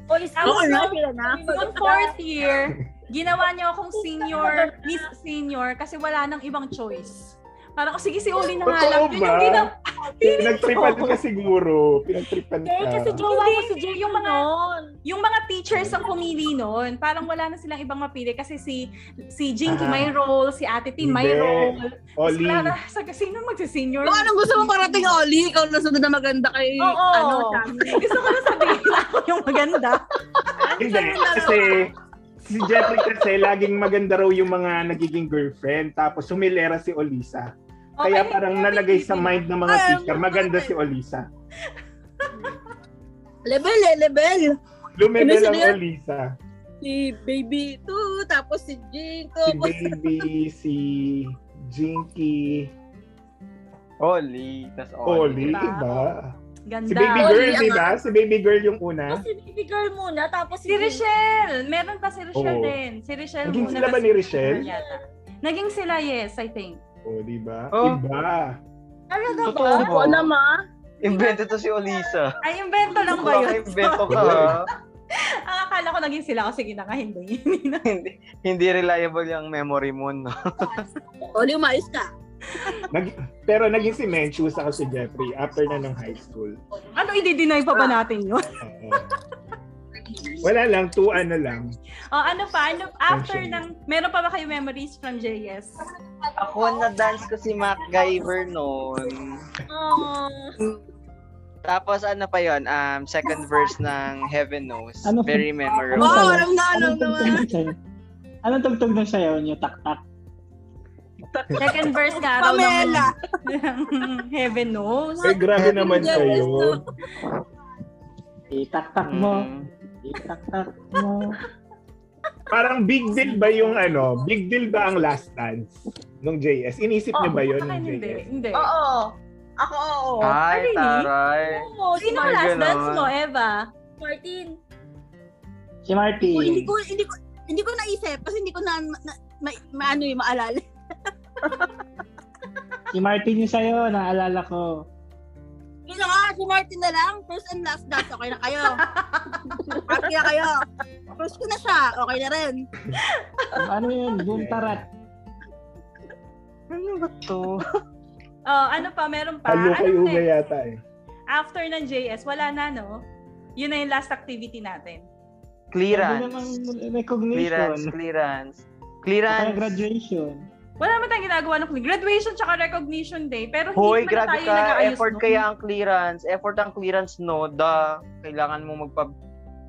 S3: O isang
S8: Oo na,
S3: Tapos
S8: sila na.
S1: Noong fourth year, ginawa niyo akong senior, Miss Senior, kasi wala nang ibang choice. Parang, oh, sige, si Uli na nga lang.
S5: Totoo
S1: Yun
S5: ba?
S1: yung ginawa.
S5: Pinagtripan ka siguro.
S8: Eh,
S5: Pinagtripan
S3: Hindi, kasi
S5: ka.
S3: jowa ko si
S1: Hindi,
S3: Jay
S1: yung
S3: yung
S1: mga-
S3: noon.
S1: Yung mga teachers ang pumili noon, parang wala na silang ibang mapili kasi si si Jinky
S5: Ah.
S1: may role, si Ate Tin may
S5: Hindi.
S1: role. Tapos
S5: Oli,
S1: wala na, sa sino magsi-senior?
S8: Kung anong gusto mo parating, Oli, ikaw na sunod na maganda kay,
S1: Oo.
S8: ano, Chami.
S1: Gusto ko na sabihin na ako yung maganda.
S5: hindi. Kasi si Jeffrey kasi laging maganda raw yung mga nagiging girlfriend. Tapos humilera si Olisa. Kaya parang nalagay sa mind ng mga
S8: Oh, Ay,
S5: teacher,
S8: ang-
S5: maganda si Olisa.
S8: Level eh, level.
S5: Lumebe
S8: Ano
S5: lang
S8: sila?
S5: Olisa.
S8: Si Baby 2, tapos si Jing,
S5: Si
S8: tapos
S5: Baby, si Jinky,
S4: Oli. That's
S8: Oh,
S5: Oli,
S4: Oli.
S1: Diba?
S5: iba.
S1: Ganda.
S5: Si Baby
S8: Oli
S5: Girl,
S8: ang- ano?
S5: di ba? Si Baby Girl yung
S3: Tapos
S5: una.
S3: si baby girl muna, tapos
S1: Si Richelle! Meron pa si Richelle
S5: Oo.
S1: din. Si Richelle
S5: Naging
S1: muna.
S5: sila ba
S1: tas
S5: ni
S1: si
S5: Richelle?
S1: Richelle yata. Naging sila, yes, I think.
S5: O, di ba?
S4: Oh.
S5: Iba.
S3: Talaga ba?
S4: Totoo
S8: Oo
S4: ba?
S8: naman.
S4: Invento to si Olisa.
S1: Ay, invento lang Ano ba
S4: Baka
S1: yun?
S4: invento ka. ha?
S1: Ang akala ko naging sila kasi na nga, hindi.
S4: hindi, hindi reliable yung memory mo, no?
S8: Oli, umayos ka.
S5: Pero naging si Menchu sa si Jeffrey after na ng high school.
S3: Ah.
S1: ano, i-deny pa ba natin yun?
S5: Oo. Wala lang, two ano lang.
S1: O ano pa? Ano, after ng...
S5: Friendship.
S1: Meron pa ba kayo memories from JS?
S4: Ako na dance ko si MacGyver noon.
S3: Oh,
S4: Tapos ano pa yon um, second verse ng Heaven Knows.
S7: Ano?
S4: Very
S7: Ano
S4: memorable.
S6: Oh,
S7: sayaw?
S6: alam na, alam
S7: Anong tugtog
S6: na.
S7: ng sayaw? Anong tugtog ng sayaw niyo? Taktak.
S1: Second verse nga raw
S6: Pamela.
S1: ng Heaven knows.
S5: Eh, grabe naman kayo.
S7: Itaktak mo.
S4: Mm.
S7: Itaktak mo.
S5: Parang big deal ba yung ano? Big deal ba ang last dance nung JS? Inisip niyo
S1: Oh,
S5: ba yun
S1: akin
S5: nung
S1: hindi.
S5: JS?
S1: Hindi.
S6: Oo. Ako, oo.
S1: Ay,
S4: Ay,
S1: really?
S4: taray.
S3: oo, si
S1: Sino
S3: Mar-
S1: ang last
S4: Ganon.
S1: dance mo, Eva?
S3: Martin.
S7: Si
S6: Oh, hindi
S7: Martin.
S6: ko, hindi ko, hindi ko naisip kasi hindi ko na, na, ma, maano yung maalala.
S7: Si Martin yung sayaw. Naalala ko.
S6: Yun na nga, si Martin na lang. First and last dance, okay na kayo. okay na kayo. First ko na siya, okay na rin.
S7: Ano yun? Buntarat.
S4: Ano ba to?
S1: Oh, ano pa? Meron pa?
S5: Halo kayo
S1: Ano
S5: ba
S1: next?
S5: yata eh.
S1: After ng JS, wala na, no? Yun na yung last activity natin.
S7: Ano namang
S4: Clearance. Clearance,
S7: recognition?
S4: clearance.
S7: Saka
S4: Clearance.
S7: graduation.
S1: Wala naman tayong ginagawa ng graduation tsaka recognition day. Pero hindi
S4: Hoy,
S1: naman
S4: grabe
S1: tayo
S4: ka.
S1: nag-aayos
S4: Effort
S1: nun.
S4: kaya ang clearance. Effort ang clearance, no? Da. Kailangan mo magpa...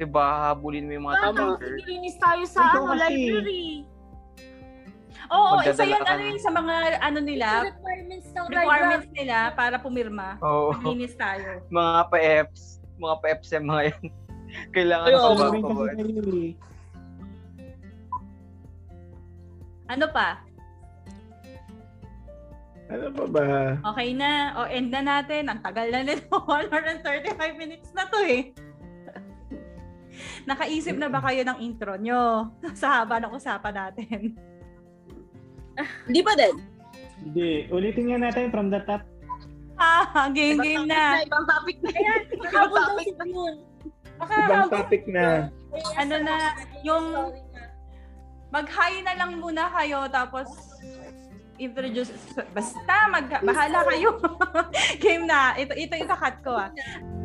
S4: Diba, habulin mo yung mga
S3: Tama.
S4: teacher.
S3: Sinirinis tayo sa
S7: Ikaw
S3: ano,
S7: kasi.
S3: library.
S1: Oo, isa
S4: Magdadala
S1: yun,
S4: ka
S1: ano
S4: na.
S1: yun sa mga, ano nila,
S3: Sa requirements ng
S1: requirements nila para pumirma.
S4: Oo.
S1: Linis tayo.
S4: mga pa-EPS. Mga pa-EPS yung mga yun. Kailangan
S8: Ayun.
S4: ko
S7: Ano rin kasi
S4: ba?
S7: kayo eh.
S1: Ano pa?
S5: Ano pa ba?
S1: Okay na. O, end na natin. Ang tagal na nito. 1 hour and 35 minutes na to eh. Nakaisip na ba kayo ng intro nyo sa haba ng usapan natin?
S8: Hindi pa din.
S7: Hindi. Ulitin nga natin from the top.
S1: Ah, game game na.
S6: Ibang topic na. Ayan, ibang
S3: Habol daw
S6: topic
S3: si June. Baka
S1: Ah,
S5: Ibang
S3: habol-
S5: topic na.
S3: Ayan,
S1: Ano
S3: sa-
S1: na, yung-
S3: Sorry na.
S1: Mag-hi na lang muna kayo tapos introduce basta mag bahala kayo. game na. Ito ito ikakat ko ah.